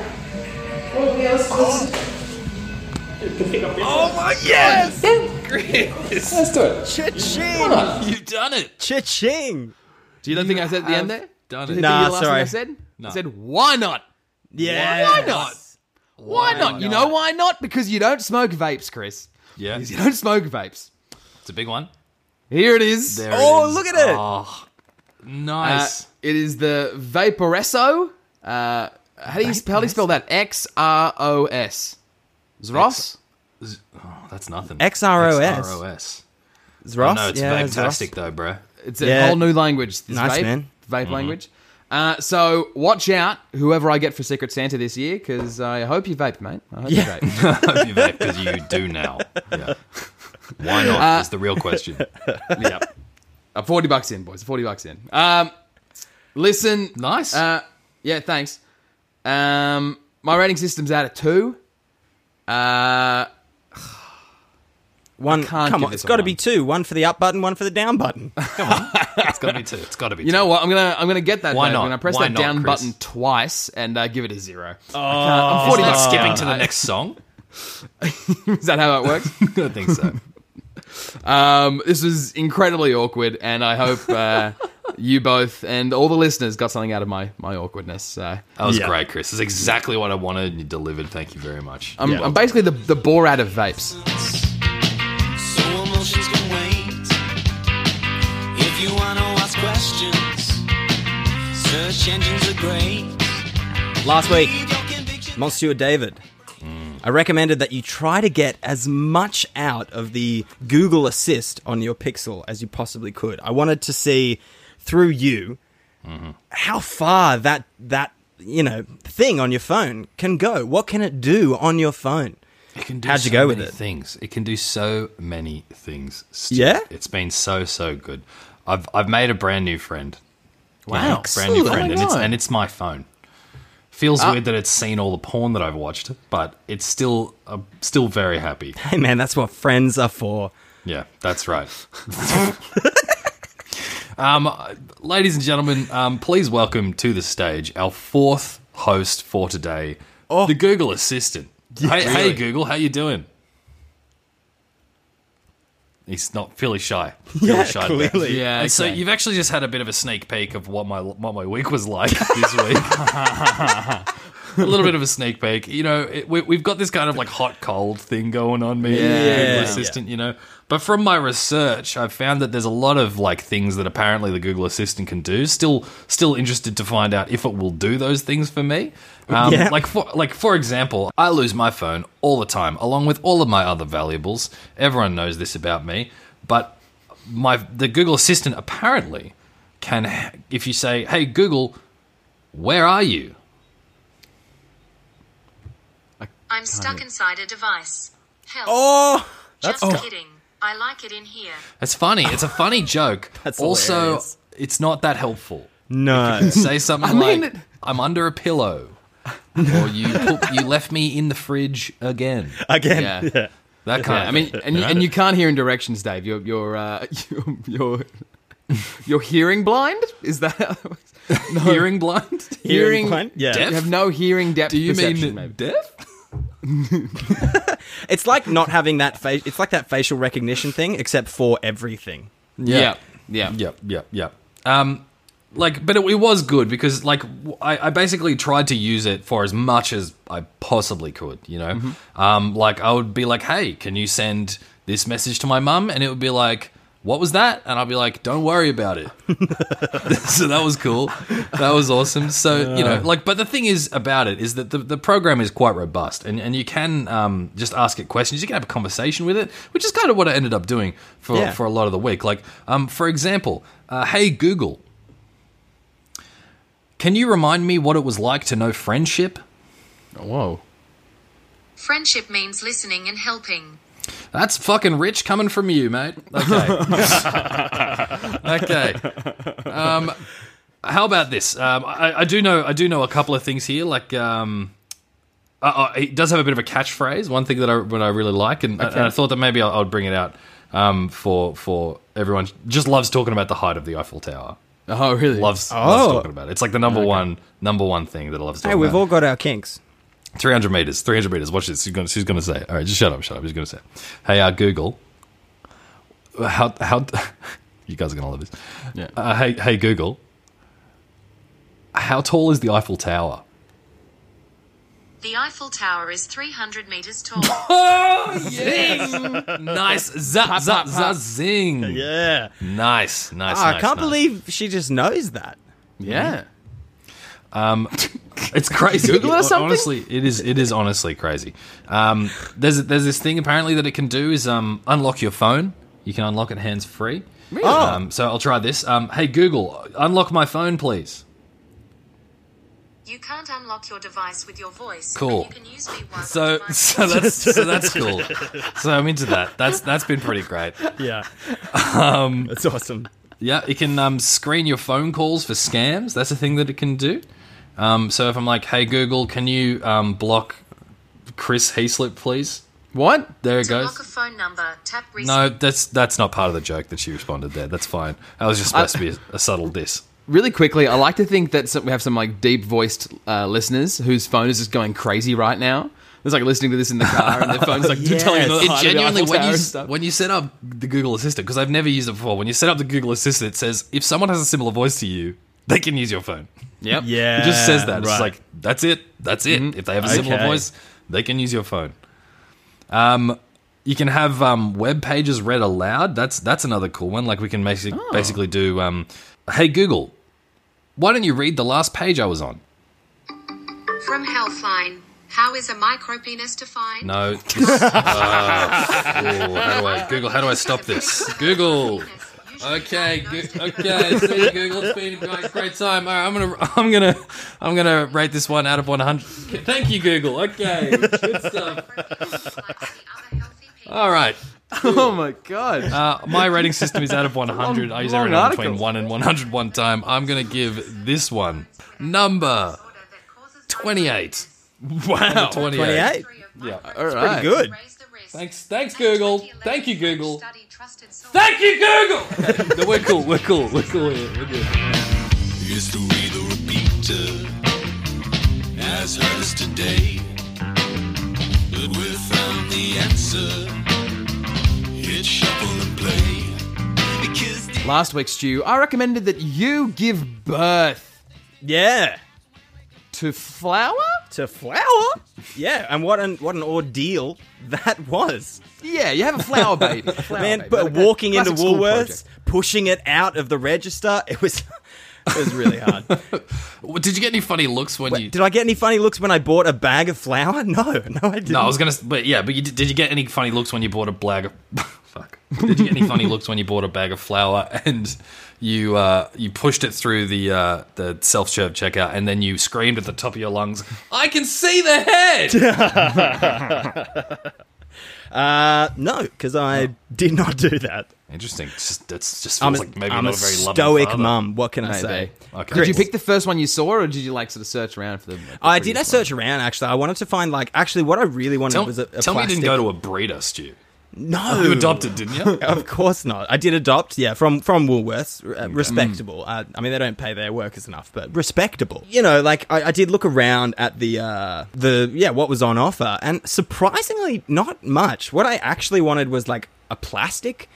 [SPEAKER 5] Well, yeah, let's, let's,
[SPEAKER 3] Oh my yes!
[SPEAKER 5] let's do it.
[SPEAKER 1] Cha-ching!
[SPEAKER 3] You've done it.
[SPEAKER 1] Cha-ching!
[SPEAKER 2] Do you don't think I said at the end there?
[SPEAKER 3] Done
[SPEAKER 2] Did
[SPEAKER 3] it.
[SPEAKER 2] you think
[SPEAKER 1] Nah,
[SPEAKER 2] the last thing
[SPEAKER 1] sorry.
[SPEAKER 2] I said?
[SPEAKER 3] No.
[SPEAKER 2] I said, why not?
[SPEAKER 1] Yeah.
[SPEAKER 2] Why not? Why, not? You know why not? Because you don't smoke vapes, Chris.
[SPEAKER 3] Yeah,
[SPEAKER 2] Because you don't smoke vapes.
[SPEAKER 3] it's a big one.
[SPEAKER 2] Here it is.
[SPEAKER 3] There
[SPEAKER 1] Oh,
[SPEAKER 3] it is.
[SPEAKER 1] look at it.
[SPEAKER 3] Oh,
[SPEAKER 2] Uh,
[SPEAKER 3] nice.
[SPEAKER 2] it is the Vaporesso. Uh, how do you how do you spell that? X R O S. Zross.
[SPEAKER 3] oh, that's nothing.
[SPEAKER 1] XROS.
[SPEAKER 3] XROS.
[SPEAKER 1] Zross?
[SPEAKER 3] Oh, No, it's
[SPEAKER 1] yeah,
[SPEAKER 3] fantastic
[SPEAKER 1] Zross.
[SPEAKER 3] though, [LAUGHS] bro.
[SPEAKER 2] It's a
[SPEAKER 1] Yeah.
[SPEAKER 2] whole new language. This
[SPEAKER 1] Nice,
[SPEAKER 2] vape,
[SPEAKER 1] man.
[SPEAKER 2] Vape language. Uh, so watch out, whoever I get for Secret Santa this year, because I hope you vape, mate. I hope
[SPEAKER 1] Yeah.
[SPEAKER 2] you vape.
[SPEAKER 3] Hope you vape because you do now. Yeah. Why not?
[SPEAKER 1] Uh,
[SPEAKER 3] is the real
[SPEAKER 1] [LAUGHS]
[SPEAKER 3] question. yeah.
[SPEAKER 2] I'm Uh, forty bucks in, boys. Forty bucks in. Um, listen,
[SPEAKER 3] Nice.
[SPEAKER 2] Uh, yeah, thanks. Um, my rating system's out of two. Uh,
[SPEAKER 1] One,
[SPEAKER 2] can't
[SPEAKER 1] come
[SPEAKER 2] give
[SPEAKER 1] on,
[SPEAKER 2] this
[SPEAKER 1] it's got to
[SPEAKER 2] a
[SPEAKER 1] be
[SPEAKER 2] one.
[SPEAKER 1] two. One for the up button, one for the down
[SPEAKER 2] [LAUGHS]
[SPEAKER 1] button.
[SPEAKER 3] it's got to be two. It's got to be.
[SPEAKER 2] you know what? I'm gonna I'm gonna get that.
[SPEAKER 3] Why
[SPEAKER 2] though.
[SPEAKER 3] not?
[SPEAKER 2] I'm gonna press
[SPEAKER 3] Why
[SPEAKER 2] that
[SPEAKER 3] not,
[SPEAKER 2] down
[SPEAKER 3] Chris?
[SPEAKER 2] button twice and uh, give it a zero.
[SPEAKER 3] I'm
[SPEAKER 2] 40 bucks
[SPEAKER 3] skipping
[SPEAKER 2] down. [LAUGHS]
[SPEAKER 1] Uh,
[SPEAKER 3] to the next song. [LAUGHS]
[SPEAKER 2] Is that how it works?
[SPEAKER 3] I think so.
[SPEAKER 2] Um, this was incredibly awkward, and I hope uh, you both and all the listeners got something out of my my awkwardness. Uh,
[SPEAKER 3] That was
[SPEAKER 1] Yeah.
[SPEAKER 3] great, Chris. That's exactly what I wanted, and you delivered. Thank you very much.
[SPEAKER 2] I'm, I'm basically the the Borat
[SPEAKER 3] [LAUGHS]
[SPEAKER 2] of vapes.
[SPEAKER 7] So emotions can wait. If you wanna ask questions, search engines are great.
[SPEAKER 1] Last week,
[SPEAKER 7] Leave your convictions-
[SPEAKER 1] Monsieur David.
[SPEAKER 2] Hmm.
[SPEAKER 1] I recommended that you try to get as much out of the Google Assist on your Pixel as you possibly could. I wanted to see through you
[SPEAKER 2] Mm-hmm.
[SPEAKER 1] how far that that you know thing on your phone can go. What can it do on your phone?
[SPEAKER 3] It can do
[SPEAKER 1] How'd you
[SPEAKER 3] so
[SPEAKER 1] go with
[SPEAKER 3] many
[SPEAKER 1] it?
[SPEAKER 3] Things it can do so many things. Stu.
[SPEAKER 1] Yeah?
[SPEAKER 3] it's been so so good. I've I've made a brand new friend.
[SPEAKER 2] Wow.
[SPEAKER 3] brand new friend,
[SPEAKER 2] Excellent. Oh
[SPEAKER 3] and
[SPEAKER 2] my
[SPEAKER 3] it's
[SPEAKER 2] God.
[SPEAKER 3] and it's my phone. Feels
[SPEAKER 1] Ah.
[SPEAKER 3] weird that it's seen all the porn that I've watched, but it's still I'm still very happy.
[SPEAKER 1] Hey man, that's what friends are for.
[SPEAKER 3] Yeah, that's right. [LAUGHS] um, ladies and gentlemen, um, please welcome to the stage our fourth host for today,
[SPEAKER 1] Oh.
[SPEAKER 3] the Google Assistant. hey, hey, Google, how you doing? He's not feely shy. Feely
[SPEAKER 1] [LAUGHS] Yeah,
[SPEAKER 3] shy today.
[SPEAKER 1] clearly.
[SPEAKER 2] Yeah,
[SPEAKER 3] And so
[SPEAKER 2] okay.
[SPEAKER 3] you've actually just had a bit of a sneak peek of what my what my week was like [LAUGHS] this week. a little bit of a sneak peek. You know, it, we, we've got this kind of like hot cold thing going on, me and the Google Assistant. You know, but from my research, I've found that there's a lot of like things that apparently the Google Assistant can do. Still, still interested to find out if it will do those things for me. Um,
[SPEAKER 1] Yeah.
[SPEAKER 3] Like for like for example, I lose my phone all the time, along with all of my other valuables. Everyone knows this about me, but my the Google Assistant apparently can if you say, "Hey Google, where are you?"
[SPEAKER 8] I'm stuck inside a device. Help.
[SPEAKER 1] Oh,
[SPEAKER 8] Just kidding. I like it in here.
[SPEAKER 3] It's funny. It's a
[SPEAKER 1] [LAUGHS]
[SPEAKER 3] funny joke.
[SPEAKER 1] That's
[SPEAKER 3] also
[SPEAKER 1] hilarious.
[SPEAKER 3] it's not that helpful.
[SPEAKER 2] [LAUGHS]
[SPEAKER 1] no.
[SPEAKER 3] Say something
[SPEAKER 2] mean
[SPEAKER 3] like,
[SPEAKER 2] it-
[SPEAKER 3] "I'm under a pillow." or you put, you left me in the fridge
[SPEAKER 2] [LAUGHS]
[SPEAKER 3] again.
[SPEAKER 1] Again.
[SPEAKER 2] Yeah.
[SPEAKER 3] That kind
[SPEAKER 2] Yeah, I
[SPEAKER 3] of [LAUGHS]
[SPEAKER 2] mean,
[SPEAKER 3] thing,
[SPEAKER 2] and, you-
[SPEAKER 3] know?
[SPEAKER 2] and you can't hear in directions, Dave. You're you're uh, [LAUGHS] you're, you're you're hearing blind. Is that how it works?
[SPEAKER 3] hearing blind?
[SPEAKER 2] hearing
[SPEAKER 1] blind? Yeah.
[SPEAKER 2] You have no hearing depth.
[SPEAKER 3] Do you
[SPEAKER 2] perception,
[SPEAKER 3] mean
[SPEAKER 2] maybe.
[SPEAKER 3] deaf?
[SPEAKER 1] It's like not having that face it's like that facial recognition thing except for everything.
[SPEAKER 2] Yeah. Yeah.
[SPEAKER 3] Yep, yep, yep. Um, like, but it, it was good because, like, w- I, I basically tried to use it for as much as I possibly could. You know,
[SPEAKER 2] Mm-hmm.
[SPEAKER 3] um, like I would be like, "Hey, can you send this message to my mum?" And it would be like, "What was that?" And I'd be like, "Don't worry about it." [LAUGHS] so that was cool. That was awesome. So you know, like, but the thing is about it is that the, the program is quite robust, and, and you can um, just ask it questions. You can have a conversation with it, which is kind of what I ended up doing for
[SPEAKER 1] Yeah.
[SPEAKER 3] for a lot of the week. Like, um, for example, uh, hey Google, can you remind me what it was like to know friendship?
[SPEAKER 2] Whoa.
[SPEAKER 8] Friendship means listening and helping.
[SPEAKER 3] That's fucking rich coming from you, mate.
[SPEAKER 1] [LAUGHS]
[SPEAKER 3] Okay. okay. Um, how about this? Um, I, I do know. I do know a couple of things here. Like, um, uh, uh, he does have a bit of a catchphrase. One thing that I what I really like, and, and I thought that maybe I, I would bring it out um, for for everyone. Just loves talking about the height of the Eiffel Tower.
[SPEAKER 2] Oh, really?
[SPEAKER 3] Loves, loves
[SPEAKER 1] Oh.
[SPEAKER 3] talking about it. It's like the number one number one thing that I love.
[SPEAKER 1] Hey, we've all got our kinks.
[SPEAKER 3] 300 meters, 300 meters. Watch this. She's going, she's going to say, it. all right, just shut up, shut up. She's going to say, it. hey, uh, Google, how, how, [LAUGHS] you guys are going to love this.
[SPEAKER 2] Yeah.
[SPEAKER 3] Uh, hey, hey, Google, how tall is the Eiffel Tower?
[SPEAKER 8] The Eiffel Tower is 300 meters tall.
[SPEAKER 3] [LAUGHS] Nice. Zap, zap, zap, zing.
[SPEAKER 1] Yeah.
[SPEAKER 3] Nice, nice,
[SPEAKER 1] Ah, I
[SPEAKER 3] nice,
[SPEAKER 1] can't
[SPEAKER 3] nice.
[SPEAKER 1] believe she just knows that.
[SPEAKER 2] Yeah.
[SPEAKER 3] Um,
[SPEAKER 2] [LAUGHS]
[SPEAKER 3] It's crazy.
[SPEAKER 2] Google it or
[SPEAKER 3] Hon-
[SPEAKER 2] something?
[SPEAKER 3] Honestly, it is. It is honestly crazy. Um, there's there's this thing apparently that it can do is um, unlock your phone. You can unlock it hands free. Really? Um, so I'll try this. Um, hey Google, unlock my phone, please.
[SPEAKER 8] you can't unlock your device with your voice. but
[SPEAKER 3] Cool.
[SPEAKER 8] You can use V1
[SPEAKER 3] So [LAUGHS]
[SPEAKER 8] on device.
[SPEAKER 1] [LAUGHS]
[SPEAKER 3] so that's so that's cool. So I'm into that. That's that's been pretty great.
[SPEAKER 1] Yeah. um, That's awesome.
[SPEAKER 3] Yeah, it can um, screen your phone calls for scams. That's a thing that it can do. Um, so if I'm like, hey Google, can you um, block Chris Heaslip, please?
[SPEAKER 2] What?
[SPEAKER 3] There it
[SPEAKER 8] to
[SPEAKER 3] goes.
[SPEAKER 8] lock a phone number, tap recent.
[SPEAKER 3] No, that's that's not part of the joke that she responded there. That's fine. That was just supposed to be a, a subtle diss.
[SPEAKER 2] Really quickly, I like to think that some, we have some like deep voiced uh, listeners whose phone is just going crazy right now. It's like listening to this in the car and their phone's like [LAUGHS]
[SPEAKER 1] Yes.
[SPEAKER 2] telling them
[SPEAKER 1] It
[SPEAKER 2] the
[SPEAKER 3] Genuinely, when you
[SPEAKER 2] stuff.
[SPEAKER 3] when you set up the Google Assistant, because I've never used it before, when you set up the Google Assistant, it says if someone has a similar voice to you, they can use your phone.
[SPEAKER 2] Yep. Mm-hmm.
[SPEAKER 1] Yeah.
[SPEAKER 3] It just says that. It's
[SPEAKER 1] right.
[SPEAKER 3] like that's it. That's it. If they have a similar
[SPEAKER 1] Okay.
[SPEAKER 3] voice, they can use your phone. Um, you can have um, web pages read aloud. That's that's another cool one. Like we can basic,
[SPEAKER 2] Oh.
[SPEAKER 3] basically do. Um, hey Google, why don't you read the last page I was on?
[SPEAKER 8] From Healthline, how is a micropenis defined?
[SPEAKER 3] No. This, [LAUGHS] uh, oh, how do I Google? How do I stop this? Google. Okay, go- okay. See you, Google. It's been a great time. All right, I'm gonna, I'm gonna, I'm gonna rate this one out of 100. Thank you, Google. Okay, good stuff. All right,
[SPEAKER 2] Oh my god.
[SPEAKER 3] uh, my rating system is out of 100. I use
[SPEAKER 2] Long
[SPEAKER 3] every number
[SPEAKER 2] article.
[SPEAKER 3] between one and 101 time. I'm gonna give this one number 28. Wow, 28. [LAUGHS]
[SPEAKER 1] 28?
[SPEAKER 8] Yeah.
[SPEAKER 2] All right.
[SPEAKER 1] Good.
[SPEAKER 3] Thanks, thanks, Google. Thank you, Google. Thank you, Google. no, we're cool. We're cool. We're cool here. We're good.
[SPEAKER 7] History the repeater has hurt us today. But we found the answer. Hit shuffle and play. Because the
[SPEAKER 2] Last week, Stu, I recommended that you give birth
[SPEAKER 1] Yeah.
[SPEAKER 2] to flower.
[SPEAKER 1] To flower? Yeah, and what an what an ordeal that was.
[SPEAKER 2] Yeah, you have a flower baby. A flower
[SPEAKER 1] Man,
[SPEAKER 2] baby.
[SPEAKER 1] but
[SPEAKER 2] Oh, Okay.
[SPEAKER 1] walking into
[SPEAKER 2] Classic school
[SPEAKER 1] Woolworths,
[SPEAKER 2] project.
[SPEAKER 1] pushing it out of the register, it was [LAUGHS] it was really hard.
[SPEAKER 3] Well, Did you get any funny looks when [LAUGHS] you?
[SPEAKER 1] Did I get any funny looks when I bought a bag of flour? [LAUGHS] No, no, I didn't.
[SPEAKER 3] no, I was gonna. s- But yeah, but you, did did you get any funny looks when you bought a bag? Of, [LAUGHS] fuck. Did you get any funny looks when you bought a bag of flour and you uh, you pushed it through the uh, the self serve checkout and then you screamed at the top of your lungs, "I can see the
[SPEAKER 1] [LAUGHS]
[SPEAKER 3] head!"
[SPEAKER 1] Uh, no, because I did not do that.
[SPEAKER 3] Interesting. It's Just, that's just
[SPEAKER 1] I'm
[SPEAKER 3] feels
[SPEAKER 1] a,
[SPEAKER 3] like maybe
[SPEAKER 1] am
[SPEAKER 3] not
[SPEAKER 1] a
[SPEAKER 3] a very loving
[SPEAKER 1] stoic
[SPEAKER 3] father.
[SPEAKER 1] mum. What can I
[SPEAKER 2] Maybe.
[SPEAKER 1] say?
[SPEAKER 3] Okay.
[SPEAKER 2] Did you
[SPEAKER 1] Chris.
[SPEAKER 2] pick the first one you saw, or did you like sort of search around for them?
[SPEAKER 1] I did a search around. Actually, I wanted to find like actually what I really wanted
[SPEAKER 3] Tell,
[SPEAKER 1] was a, a
[SPEAKER 3] tell me you
[SPEAKER 1] plastic.
[SPEAKER 3] didn't go to a breeder, Stu.
[SPEAKER 1] no.
[SPEAKER 3] You adopted, didn't
[SPEAKER 1] [LAUGHS]
[SPEAKER 3] you?
[SPEAKER 1] of course not. I did adopt, yeah, from from Woolworths, uh, respectable. Uh, I mean, they don't pay their workers enough, but respectable. You know, like I, I did look around at the uh, the yeah what was on offer, and surprisingly, not much. What I actually wanted was like a plastic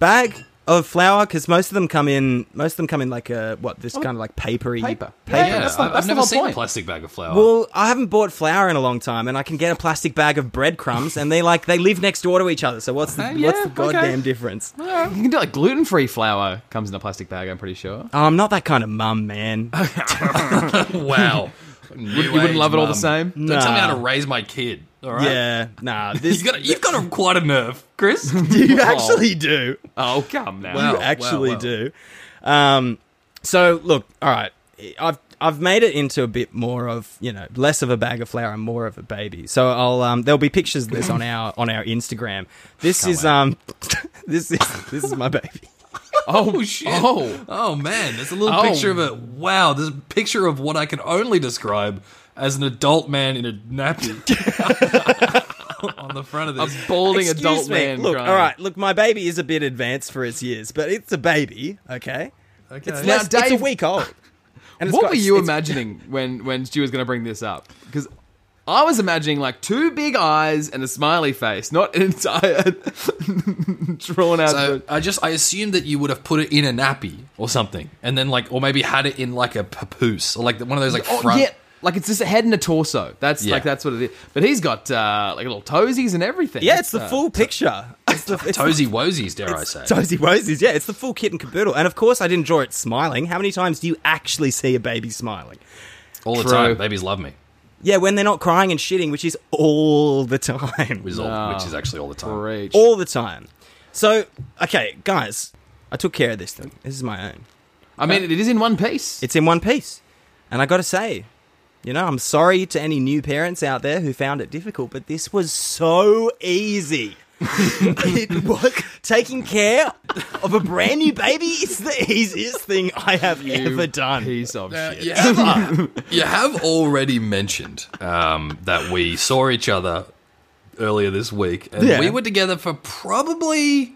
[SPEAKER 1] bag of flour because most of them come in most of them come in like a what this
[SPEAKER 3] Oh,
[SPEAKER 1] kind of like papery
[SPEAKER 2] Paper.
[SPEAKER 1] paper.
[SPEAKER 2] Yeah, that's the-
[SPEAKER 3] I-
[SPEAKER 2] that's
[SPEAKER 3] I've
[SPEAKER 2] the
[SPEAKER 3] never
[SPEAKER 2] whole
[SPEAKER 3] seen
[SPEAKER 2] point.
[SPEAKER 3] a plastic bag of flour.
[SPEAKER 1] Well, I haven't bought flour in a long time, and I can get a plastic bag of breadcrumbs, and they like they live next door to each other. So what's the
[SPEAKER 2] Okay,
[SPEAKER 1] what's
[SPEAKER 2] yeah,
[SPEAKER 1] the
[SPEAKER 2] okay.
[SPEAKER 1] goddamn difference?
[SPEAKER 2] You can do like gluten-free flour comes in a plastic bag. I'm pretty sure.
[SPEAKER 1] Oh, I'm not that kind of mum,
[SPEAKER 2] [LAUGHS]
[SPEAKER 1] man. [LAUGHS]
[SPEAKER 3] wow. um,
[SPEAKER 2] you wouldn't love it all the same.
[SPEAKER 3] Don't tell me
[SPEAKER 1] Nah.
[SPEAKER 3] how to raise my kid. All right.
[SPEAKER 1] Yeah,
[SPEAKER 2] [LAUGHS]
[SPEAKER 1] nah. This
[SPEAKER 3] You've got, you've got a, quite a nerve, [LAUGHS] Chris.
[SPEAKER 1] you actually do.
[SPEAKER 2] Oh come now.
[SPEAKER 3] Wow.
[SPEAKER 1] You actually
[SPEAKER 3] wow.
[SPEAKER 1] do. Um, so look, all right. I've I've made it into a bit more of you know less of a bag of flour and more of a baby. So I'll um, there'll be pictures of [LAUGHS] this on our on our Instagram. This is um this is this is my baby.
[SPEAKER 2] Oh,
[SPEAKER 3] Oh shit!
[SPEAKER 2] Oh.
[SPEAKER 3] Oh, man, there's a little
[SPEAKER 2] Oh.
[SPEAKER 3] picture of it. Wow, there's a picture of what I can only describe as an adult man in a [LAUGHS] nappy on the front of
[SPEAKER 2] a
[SPEAKER 3] this.
[SPEAKER 2] balding
[SPEAKER 1] Excuse
[SPEAKER 2] adult
[SPEAKER 1] me.
[SPEAKER 2] man.
[SPEAKER 1] Look,
[SPEAKER 2] crying.
[SPEAKER 1] all right. Look, my baby is a bit advanced for its years, but it's a baby. Okay,
[SPEAKER 3] Okay.
[SPEAKER 1] it's,
[SPEAKER 2] Now,
[SPEAKER 1] less, it's a
[SPEAKER 2] Dave-
[SPEAKER 1] week old. And it's
[SPEAKER 2] What
[SPEAKER 1] got-
[SPEAKER 2] were you
[SPEAKER 1] it's-
[SPEAKER 2] imagining [LAUGHS] when when Stu was going to bring this up? Because I was imagining like two big eyes and a smiley face, not an entire [LAUGHS] drawn out.
[SPEAKER 3] So I just I assumed that you would have put it in a nappy or something, and then like, or maybe had it in like a papoose or like one of those like
[SPEAKER 2] oh
[SPEAKER 3] front.
[SPEAKER 2] yeah, like it's just a head and a torso. That's
[SPEAKER 3] Yeah.
[SPEAKER 2] like that's what it is. But he's got uh, like little toesies and everything.
[SPEAKER 1] Yeah, it's the
[SPEAKER 2] Uh,
[SPEAKER 1] full picture. It's the [LAUGHS] it's
[SPEAKER 3] Toesy woesies, dare I say?
[SPEAKER 1] Toesy Wosies, yeah, it's the full kit and caboodle. And of course, I didn't draw it smiling. How many times do you actually see a baby smiling?
[SPEAKER 3] All the
[SPEAKER 2] True.
[SPEAKER 3] time, babies love me,
[SPEAKER 1] Yeah, when they're not crying and shitting, which is all the time.
[SPEAKER 3] which is, all, which is actually all the time.
[SPEAKER 2] Reach.
[SPEAKER 1] all the time. So, okay, guys, I took care of this thing. This is my own.
[SPEAKER 2] I mean, it is in one piece.
[SPEAKER 1] It's in one piece. And I got to say, you know, I'm sorry to any new parents out there who found it difficult, but this was so easy. [LAUGHS] it was taking care of a brand new baby is the easiest thing I have ever done.
[SPEAKER 2] piece of
[SPEAKER 3] Uh,
[SPEAKER 2] shit.
[SPEAKER 3] you, have, you have already mentioned um, that we saw each other earlier this week, and
[SPEAKER 1] Yeah.
[SPEAKER 3] we were together for probably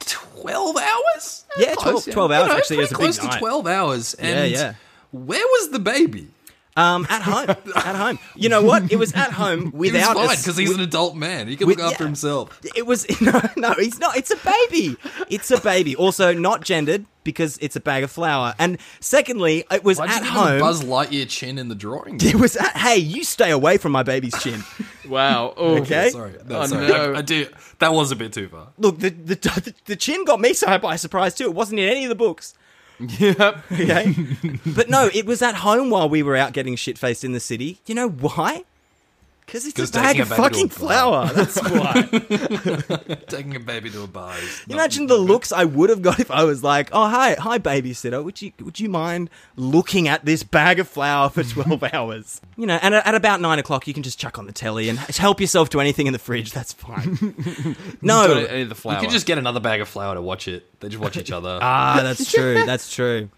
[SPEAKER 3] twelve hours. Eh,
[SPEAKER 1] Yeah, 12 12
[SPEAKER 3] You
[SPEAKER 1] hours
[SPEAKER 3] know,
[SPEAKER 1] actually
[SPEAKER 3] pretty
[SPEAKER 1] is a big
[SPEAKER 3] close to
[SPEAKER 1] night.
[SPEAKER 3] twelve hours. And
[SPEAKER 1] yeah.
[SPEAKER 3] Where was the baby?
[SPEAKER 1] Um, at home, at home. You know what? It was
[SPEAKER 3] [LAUGHS]
[SPEAKER 1] at home
[SPEAKER 3] He was
[SPEAKER 1] without
[SPEAKER 3] fine
[SPEAKER 1] us.
[SPEAKER 3] because he's an adult man. He can
[SPEAKER 1] with-
[SPEAKER 3] look after
[SPEAKER 1] yeah.
[SPEAKER 3] himself.
[SPEAKER 1] It was [LAUGHS] no, no. It's not. It's a baby. It's a baby. Also, not gendered because it's a bag of flour. And secondly, it was
[SPEAKER 3] Why'd
[SPEAKER 1] at
[SPEAKER 3] you give
[SPEAKER 1] home.
[SPEAKER 3] him Buzz Lightyear chin in the drawing?
[SPEAKER 1] It was at, hey, you stay away from my baby's
[SPEAKER 3] [LAUGHS]
[SPEAKER 1] chin.
[SPEAKER 2] [LAUGHS] Wow. Oh,
[SPEAKER 1] Okay.
[SPEAKER 3] Sorry, no,
[SPEAKER 2] Oh,
[SPEAKER 3] sorry.
[SPEAKER 2] no.
[SPEAKER 3] I, I do. That was a bit too far.
[SPEAKER 1] Look, the, the the chin got me so by surprise too. It wasn't in any of the books.
[SPEAKER 2] Yep.
[SPEAKER 3] [LAUGHS]
[SPEAKER 1] Okay, but no, it was at home while we were out getting shit faced in the city. You know why? Because it's
[SPEAKER 3] 'Cause
[SPEAKER 1] a
[SPEAKER 3] taking
[SPEAKER 1] bag
[SPEAKER 3] a
[SPEAKER 1] of
[SPEAKER 3] baby to
[SPEAKER 1] fucking
[SPEAKER 3] a bar.
[SPEAKER 1] flour.
[SPEAKER 3] [LAUGHS]
[SPEAKER 1] That's why.
[SPEAKER 3] Taking a baby to a bar. is not-
[SPEAKER 1] Imagine the looks I would have got if I was like, "Oh hi, hi babysitter, would you would you mind looking at this bag of
[SPEAKER 3] [LAUGHS]
[SPEAKER 1] flour for twelve hours?" You know, and at at about nine o'clock, you can just chuck on the telly and help yourself to anything in the fridge.
[SPEAKER 3] [LAUGHS]
[SPEAKER 1] That's fine.
[SPEAKER 2] Got
[SPEAKER 1] No,
[SPEAKER 2] any of the flour.
[SPEAKER 3] You could just get another bag of flour to watch it. They just watch each other. [LAUGHS]
[SPEAKER 1] ah, that's true. That's true.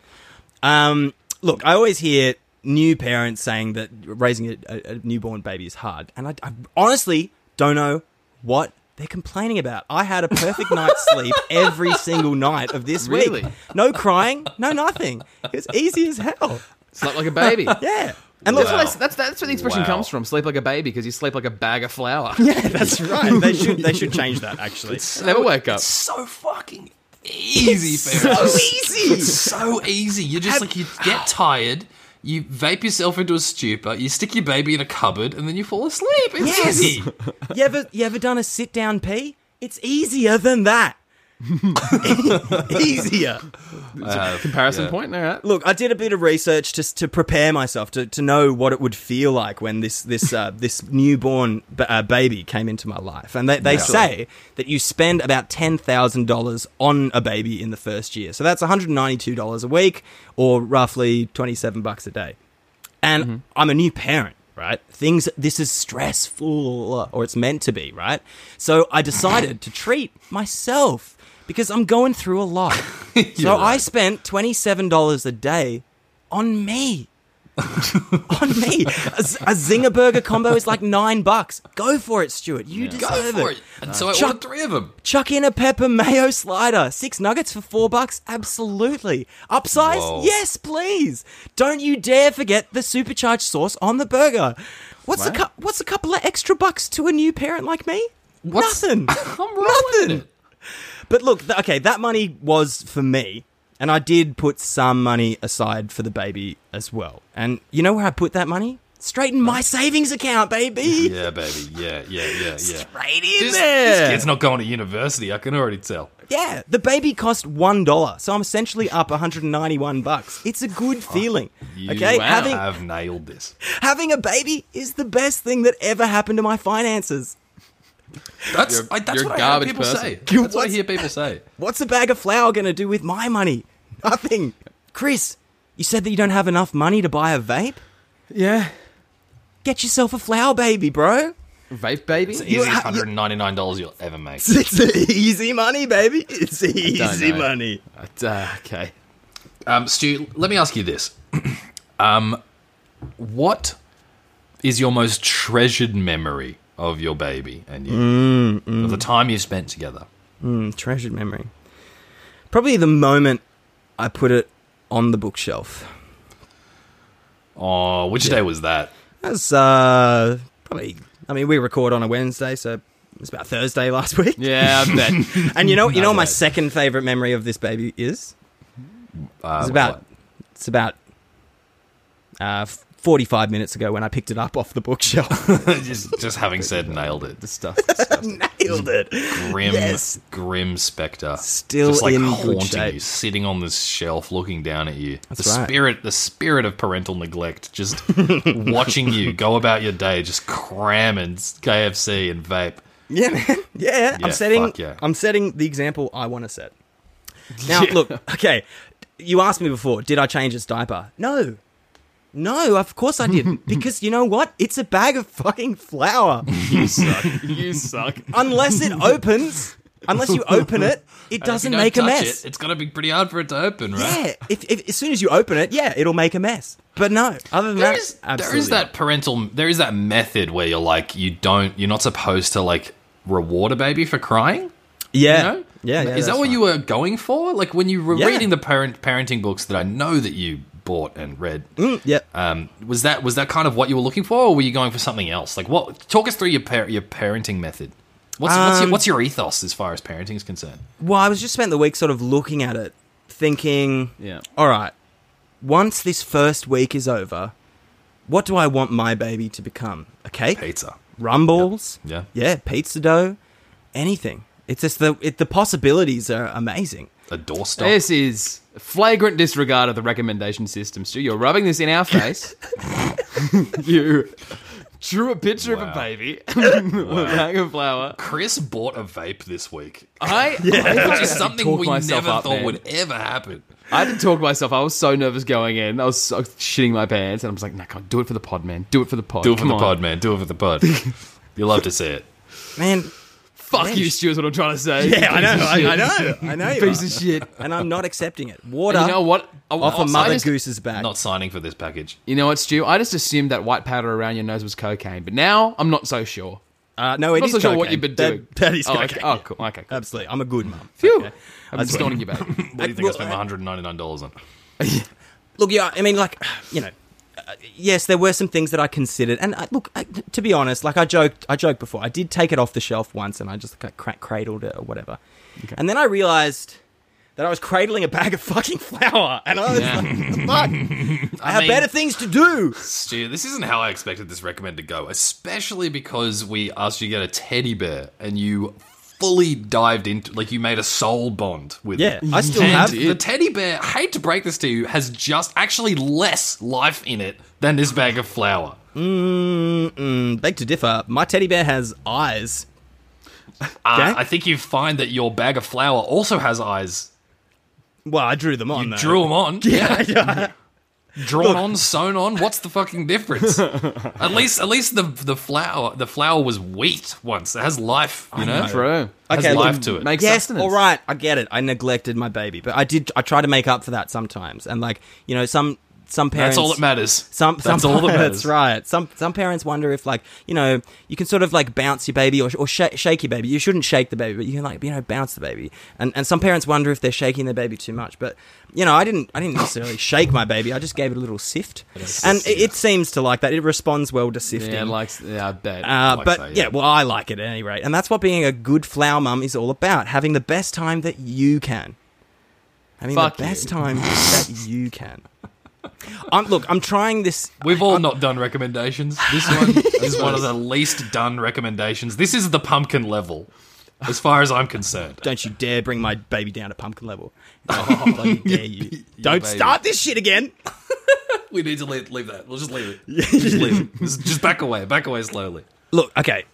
[SPEAKER 1] Um, look, I always hear new parents saying that raising a, a, a newborn baby is hard, and I, I honestly don't know what. They're complaining about. I had a perfect night's sleep every single night of this week.
[SPEAKER 2] Really?
[SPEAKER 1] No crying, no nothing. It was easy as hell.
[SPEAKER 2] sleep like a [LAUGHS] baby.
[SPEAKER 1] Yeah. And look, [LAUGHS]
[SPEAKER 3] Wow.
[SPEAKER 2] That's, that's that's where the expression
[SPEAKER 3] Wow.
[SPEAKER 2] comes from. Sleep like a baby because you sleep like a bag of [LAUGHS] flour.
[SPEAKER 1] yeah, that's right. They should they should change that actually.
[SPEAKER 2] Never wake up.
[SPEAKER 3] so fucking easy,
[SPEAKER 1] so
[SPEAKER 3] Ferris.
[SPEAKER 1] easy.
[SPEAKER 3] so easy. You're just like you get tired, you vape yourself into a stupor, you stick your baby in a cupboard, and then you fall asleep. It's
[SPEAKER 1] Yes.
[SPEAKER 3] easy.
[SPEAKER 1] You ever you ever done a sit down pee? It's easier than that. [LAUGHS] easier.
[SPEAKER 2] Comparison point. All right.
[SPEAKER 1] Look, I did a bit of research just to prepare myself to, to know what it would feel like when this this uh, [LAUGHS] this newborn b- uh, baby came into my life, and they, they say that you spend about ten thousand dollars on a baby in the first year, so that's one hundred ninety two dollars a week, or roughly twenty seven bucks a day and
[SPEAKER 3] Mm-hmm.
[SPEAKER 1] I'm a new parent, right? Things this is stressful uh, or it's meant to be, right? So I decided to treat myself because I'm going through
[SPEAKER 3] [LAUGHS]
[SPEAKER 1] a lot. so I spent $27 a day
[SPEAKER 3] [LAUGHS]
[SPEAKER 1] on me. on me. A, z- a zinger burger combo is like 9 bucks. Go for it, Stuart. You
[SPEAKER 3] Go
[SPEAKER 1] deserve
[SPEAKER 3] for
[SPEAKER 1] it.
[SPEAKER 3] it. And so I
[SPEAKER 1] Chuck-
[SPEAKER 3] ordered three of them.
[SPEAKER 1] Chuck in a pepper mayo slider. Six nuggets for four bucks? Absolutely. Upsize?
[SPEAKER 3] Whoa.
[SPEAKER 1] Yes, please. Don't you dare forget the supercharged sauce on the burger. What's a
[SPEAKER 2] Wow.
[SPEAKER 1] cou- what's a couple of extra bucks to a new parent like me?
[SPEAKER 3] [LAUGHS]
[SPEAKER 1] Nothing.
[SPEAKER 3] I'm rolling
[SPEAKER 1] Nothing.
[SPEAKER 3] it.
[SPEAKER 1] But look, th- okay, that money was for me, and I did put some money aside for the baby as well. And you know where I put that money? Straight in my savings account, baby.
[SPEAKER 3] Yeah, baby. Yeah, yeah, yeah, yeah.
[SPEAKER 1] Straight in
[SPEAKER 3] This,
[SPEAKER 1] there.
[SPEAKER 3] this kid's not going to university. I can already tell.
[SPEAKER 1] Yeah, the baby cost one dollar, so I'm essentially up 191 bucks. It's a good feeling.
[SPEAKER 3] You
[SPEAKER 1] Okay,
[SPEAKER 2] wow.
[SPEAKER 1] having
[SPEAKER 3] have nailed this.
[SPEAKER 1] having a baby is the best thing that ever happened to my finances.
[SPEAKER 3] That's
[SPEAKER 2] You're-
[SPEAKER 3] I, that's
[SPEAKER 2] you're
[SPEAKER 3] what
[SPEAKER 2] a
[SPEAKER 3] I hear
[SPEAKER 2] garbage
[SPEAKER 3] people
[SPEAKER 2] person.
[SPEAKER 3] say.
[SPEAKER 1] You-
[SPEAKER 3] That's what I
[SPEAKER 1] what?
[SPEAKER 3] hear people say.
[SPEAKER 1] What's a bag of flour going to do with my money? Nothing. Chris, you said that you don't have enough money to buy a vape.
[SPEAKER 2] Yeah.
[SPEAKER 1] Get yourself a flower baby, bro. [LAUGHS]
[SPEAKER 2] Vape baby?
[SPEAKER 3] It's the easiest
[SPEAKER 1] ha- you-
[SPEAKER 3] hundred and ninety nine dollars you'll ever make.
[SPEAKER 1] It's easy money, baby. It's easy
[SPEAKER 2] know.
[SPEAKER 1] money.
[SPEAKER 2] Uh, okay.
[SPEAKER 3] Um, Stu, let me ask you this: [CLEARS THROAT] um, What is your most treasured memory of your baby and you,
[SPEAKER 1] Mm,
[SPEAKER 3] of the time you spent together?
[SPEAKER 1] Treasured memory. Probably the moment I put it on the bookshelf.
[SPEAKER 3] Oh, which day was that?
[SPEAKER 1] That's uh, probably. I mean, we record on a Wednesday, so it's about Thursday [LAUGHS] last week.
[SPEAKER 2] Yeah, I bet.
[SPEAKER 1] [LAUGHS] And you know, you know, what my
[SPEAKER 3] right.
[SPEAKER 1] second favorite memory of this baby is
[SPEAKER 3] Uh,
[SPEAKER 1] it's
[SPEAKER 3] what-
[SPEAKER 1] about it's about uh, forty five minutes ago when I picked it up off the bookshelf. [LAUGHS]
[SPEAKER 3] [LAUGHS] just, just having said, nailed it.
[SPEAKER 2] the stuff. disgusting.
[SPEAKER 1] Nailed
[SPEAKER 3] [LAUGHS]
[SPEAKER 1] it.
[SPEAKER 3] Grim,
[SPEAKER 1] Yes.
[SPEAKER 3] grim specter,
[SPEAKER 1] Still
[SPEAKER 3] just like
[SPEAKER 1] in good
[SPEAKER 3] haunting
[SPEAKER 1] shape.
[SPEAKER 3] you, sitting on this shelf, looking down at you.
[SPEAKER 1] That's
[SPEAKER 3] the
[SPEAKER 1] right.
[SPEAKER 3] spirit, the spirit of parental neglect,
[SPEAKER 1] [LAUGHS]
[SPEAKER 3] just watching you go about your day, just cramming KFC and vape.
[SPEAKER 1] Yeah, man. Yeah,
[SPEAKER 3] Yeah,
[SPEAKER 1] I'm setting.
[SPEAKER 3] fuck yeah.
[SPEAKER 1] I'm setting the example I want to
[SPEAKER 2] [LAUGHS]
[SPEAKER 1] set. Now, look. Okay, you asked me before. Did I change its diaper? No, no. Of course I
[SPEAKER 2] [LAUGHS]
[SPEAKER 1] didn't. because you know what? It's a bag of fucking flour.
[SPEAKER 2] you suck.
[SPEAKER 3] [LAUGHS]
[SPEAKER 2] You suck.
[SPEAKER 1] Unless it opens, unless you open it, it
[SPEAKER 3] If you
[SPEAKER 1] doesn't
[SPEAKER 3] don't
[SPEAKER 1] make a
[SPEAKER 3] touch
[SPEAKER 1] mess.
[SPEAKER 3] It, it's got to be pretty hard for it to open, right?
[SPEAKER 1] Yeah. If, if as soon as you open it, yeah, it'll make a mess. But no, other than
[SPEAKER 3] There
[SPEAKER 1] that,
[SPEAKER 3] is, there
[SPEAKER 1] absolutely
[SPEAKER 3] is that parental, there is that method where you're like, you don't, you're not supposed to like reward a baby for crying.
[SPEAKER 1] Yeah.
[SPEAKER 3] You know?
[SPEAKER 1] Yeah, yeah.
[SPEAKER 3] Is that
[SPEAKER 1] that's
[SPEAKER 3] what
[SPEAKER 1] right.
[SPEAKER 3] you were going for? Like when you were
[SPEAKER 1] Yeah.
[SPEAKER 3] reading the parent parenting books that I know that you bought and read.
[SPEAKER 1] Mm, yeah.
[SPEAKER 3] Um, was that was that kind of what you were looking for, or were you going for something else? Like, what? Talk us through your par- your parenting method. What's what's, your,
[SPEAKER 1] Um,
[SPEAKER 3] what's your ethos as far as parenting is concerned?
[SPEAKER 1] Well, I was just spent the week sort of looking at it, thinking,
[SPEAKER 2] Yeah.
[SPEAKER 1] all right, once this first week is over, what do I want my baby to become? Okay,
[SPEAKER 3] Pizza.
[SPEAKER 1] rumbles,
[SPEAKER 3] Yeah.
[SPEAKER 1] yeah, pizza dough, anything. It's just the it, the possibilities are amazing.
[SPEAKER 3] A doorstop.
[SPEAKER 2] This is flagrant disregard of the recommendation system, Stu. You're rubbing this in [LAUGHS] our face. you drew a picture of a
[SPEAKER 3] Wow.
[SPEAKER 2] [LAUGHS] baby with a bag of flour.
[SPEAKER 3] Chris bought a vape this week, [LAUGHS]
[SPEAKER 2] I,
[SPEAKER 3] which
[SPEAKER 2] I
[SPEAKER 3] is something
[SPEAKER 2] talk
[SPEAKER 3] we never
[SPEAKER 2] myself up,
[SPEAKER 3] thought
[SPEAKER 2] man.
[SPEAKER 3] would ever happen.
[SPEAKER 2] I had to talk myself. I was so nervous going in. I was so, I was shitting my pants, and I was like, "No, God, do it for the pod, man. Do it for the pod.
[SPEAKER 3] Do it for
[SPEAKER 2] Come
[SPEAKER 3] the
[SPEAKER 2] on.
[SPEAKER 3] pod, man. Do it for the [LAUGHS] pod. you love to see it.
[SPEAKER 1] Man,
[SPEAKER 2] Fuck
[SPEAKER 1] Yeah,
[SPEAKER 2] you,
[SPEAKER 1] you-
[SPEAKER 2] Stu. Is what I'm trying to say.
[SPEAKER 1] yeah, I know, I, I know, I know, you
[SPEAKER 2] Piece
[SPEAKER 1] are.
[SPEAKER 2] of shit.
[SPEAKER 1] and I'm not accepting it. Water
[SPEAKER 2] And you know what? I,
[SPEAKER 1] off
[SPEAKER 2] I- I
[SPEAKER 1] a mother
[SPEAKER 2] just-
[SPEAKER 1] goose's back.
[SPEAKER 3] Not signing for this package.
[SPEAKER 2] You know what, Stu? I just assumed that white powder around your nose was cocaine, but now I'm not so sure.
[SPEAKER 1] uh, no, it
[SPEAKER 2] I'm not
[SPEAKER 1] is
[SPEAKER 2] so sure what
[SPEAKER 1] cocaine.
[SPEAKER 2] you've been
[SPEAKER 1] That-
[SPEAKER 2] doing.
[SPEAKER 1] that is
[SPEAKER 2] oh,
[SPEAKER 1] cocaine.
[SPEAKER 2] Okay. Oh, cool. Okay. Cool.
[SPEAKER 1] Absolutely, I'm a good mum.
[SPEAKER 2] Phew.
[SPEAKER 1] Okay.
[SPEAKER 2] I'm
[SPEAKER 1] That's [LAUGHS]
[SPEAKER 2] snorting you back.
[SPEAKER 3] What do you think I spent
[SPEAKER 1] well,
[SPEAKER 3] one hundred and ninety nine dollars on?
[SPEAKER 1] look, yeah, I mean, like, [SIGHS] you know, uh, yes, there were some things that I considered, and I, look, I, to be honest, like I joked, I joked before, I did take it off the shelf once, and I just like, cra- cradled it or whatever, and then I realized that I was cradling a bag of [LAUGHS] fucking flour, and I was like, fuck, I, have
[SPEAKER 3] mean-
[SPEAKER 1] better things to do.
[SPEAKER 3] Stu, this isn't how I expected this recommend to go, especially because we asked you to get a teddy bear and you fully dived into like you made a soul bond with
[SPEAKER 1] Yeah,
[SPEAKER 3] it.
[SPEAKER 1] I still
[SPEAKER 3] and
[SPEAKER 1] have.
[SPEAKER 3] the teddy bear, I hate to break this to you, has just actually less life in it than this bag of flour.
[SPEAKER 1] Mm, beg to differ. My teddy bear has eyes.
[SPEAKER 3] Uh,
[SPEAKER 1] Okay.
[SPEAKER 3] I think you find that your bag of flour also has eyes.
[SPEAKER 1] Well, I drew them on.
[SPEAKER 3] You
[SPEAKER 1] though.
[SPEAKER 3] drew them on. Yeah.
[SPEAKER 1] Uh, [LAUGHS] yeah.
[SPEAKER 3] Drawn on, sewn on. What's the fucking
[SPEAKER 1] [LAUGHS]
[SPEAKER 3] difference? at least at least the the flour the flour was wheat once. It has life, you know?
[SPEAKER 2] True.
[SPEAKER 3] Has
[SPEAKER 1] Okay, look,
[SPEAKER 3] life to it.
[SPEAKER 2] Makes
[SPEAKER 1] Yes,
[SPEAKER 2] sustenance.
[SPEAKER 1] all right, I get it. I neglected my baby, but I did. I try to make up for that sometimes, and like you know, some some parents.
[SPEAKER 3] That's all that matters.
[SPEAKER 1] Some, some
[SPEAKER 3] That's all that matters.
[SPEAKER 1] That's right. Some some parents wonder if like you know you can sort of like bounce your baby or or sh- shake your baby. You shouldn't shake the baby, but you can like you know bounce the baby. And and some parents wonder if they're shaking their baby too much. But you know I didn't I
[SPEAKER 3] [LAUGHS]
[SPEAKER 1] didn't necessarily shake my baby. I just gave it a little sift, and it, it seems to like that. It responds well to sifting.
[SPEAKER 2] Yeah, likes. Yeah, I bet.
[SPEAKER 1] Uh,
[SPEAKER 3] like
[SPEAKER 1] but
[SPEAKER 3] that,
[SPEAKER 1] yeah.
[SPEAKER 3] yeah.
[SPEAKER 1] well, I like it at any rate, and that's what being a good flower mum is all about: having the best time that you can, having
[SPEAKER 2] Fuck
[SPEAKER 1] the
[SPEAKER 2] you.
[SPEAKER 1] best time that you can. I'm look. I'm trying this.
[SPEAKER 3] We've all not done recommendations. This
[SPEAKER 1] [LAUGHS]
[SPEAKER 3] one is one of the least done recommendations. This is the pumpkin level, as far as I'm concerned.
[SPEAKER 1] Don't you dare bring my baby down to pumpkin level. Oh, bloody dare you! Don't
[SPEAKER 2] baby.
[SPEAKER 1] start this shit again.
[SPEAKER 3] We need to leave, leave that. We'll just
[SPEAKER 1] [LAUGHS]
[SPEAKER 3] leave it. Just leave it. Just, just back away. Back away slowly.
[SPEAKER 1] Look, okay.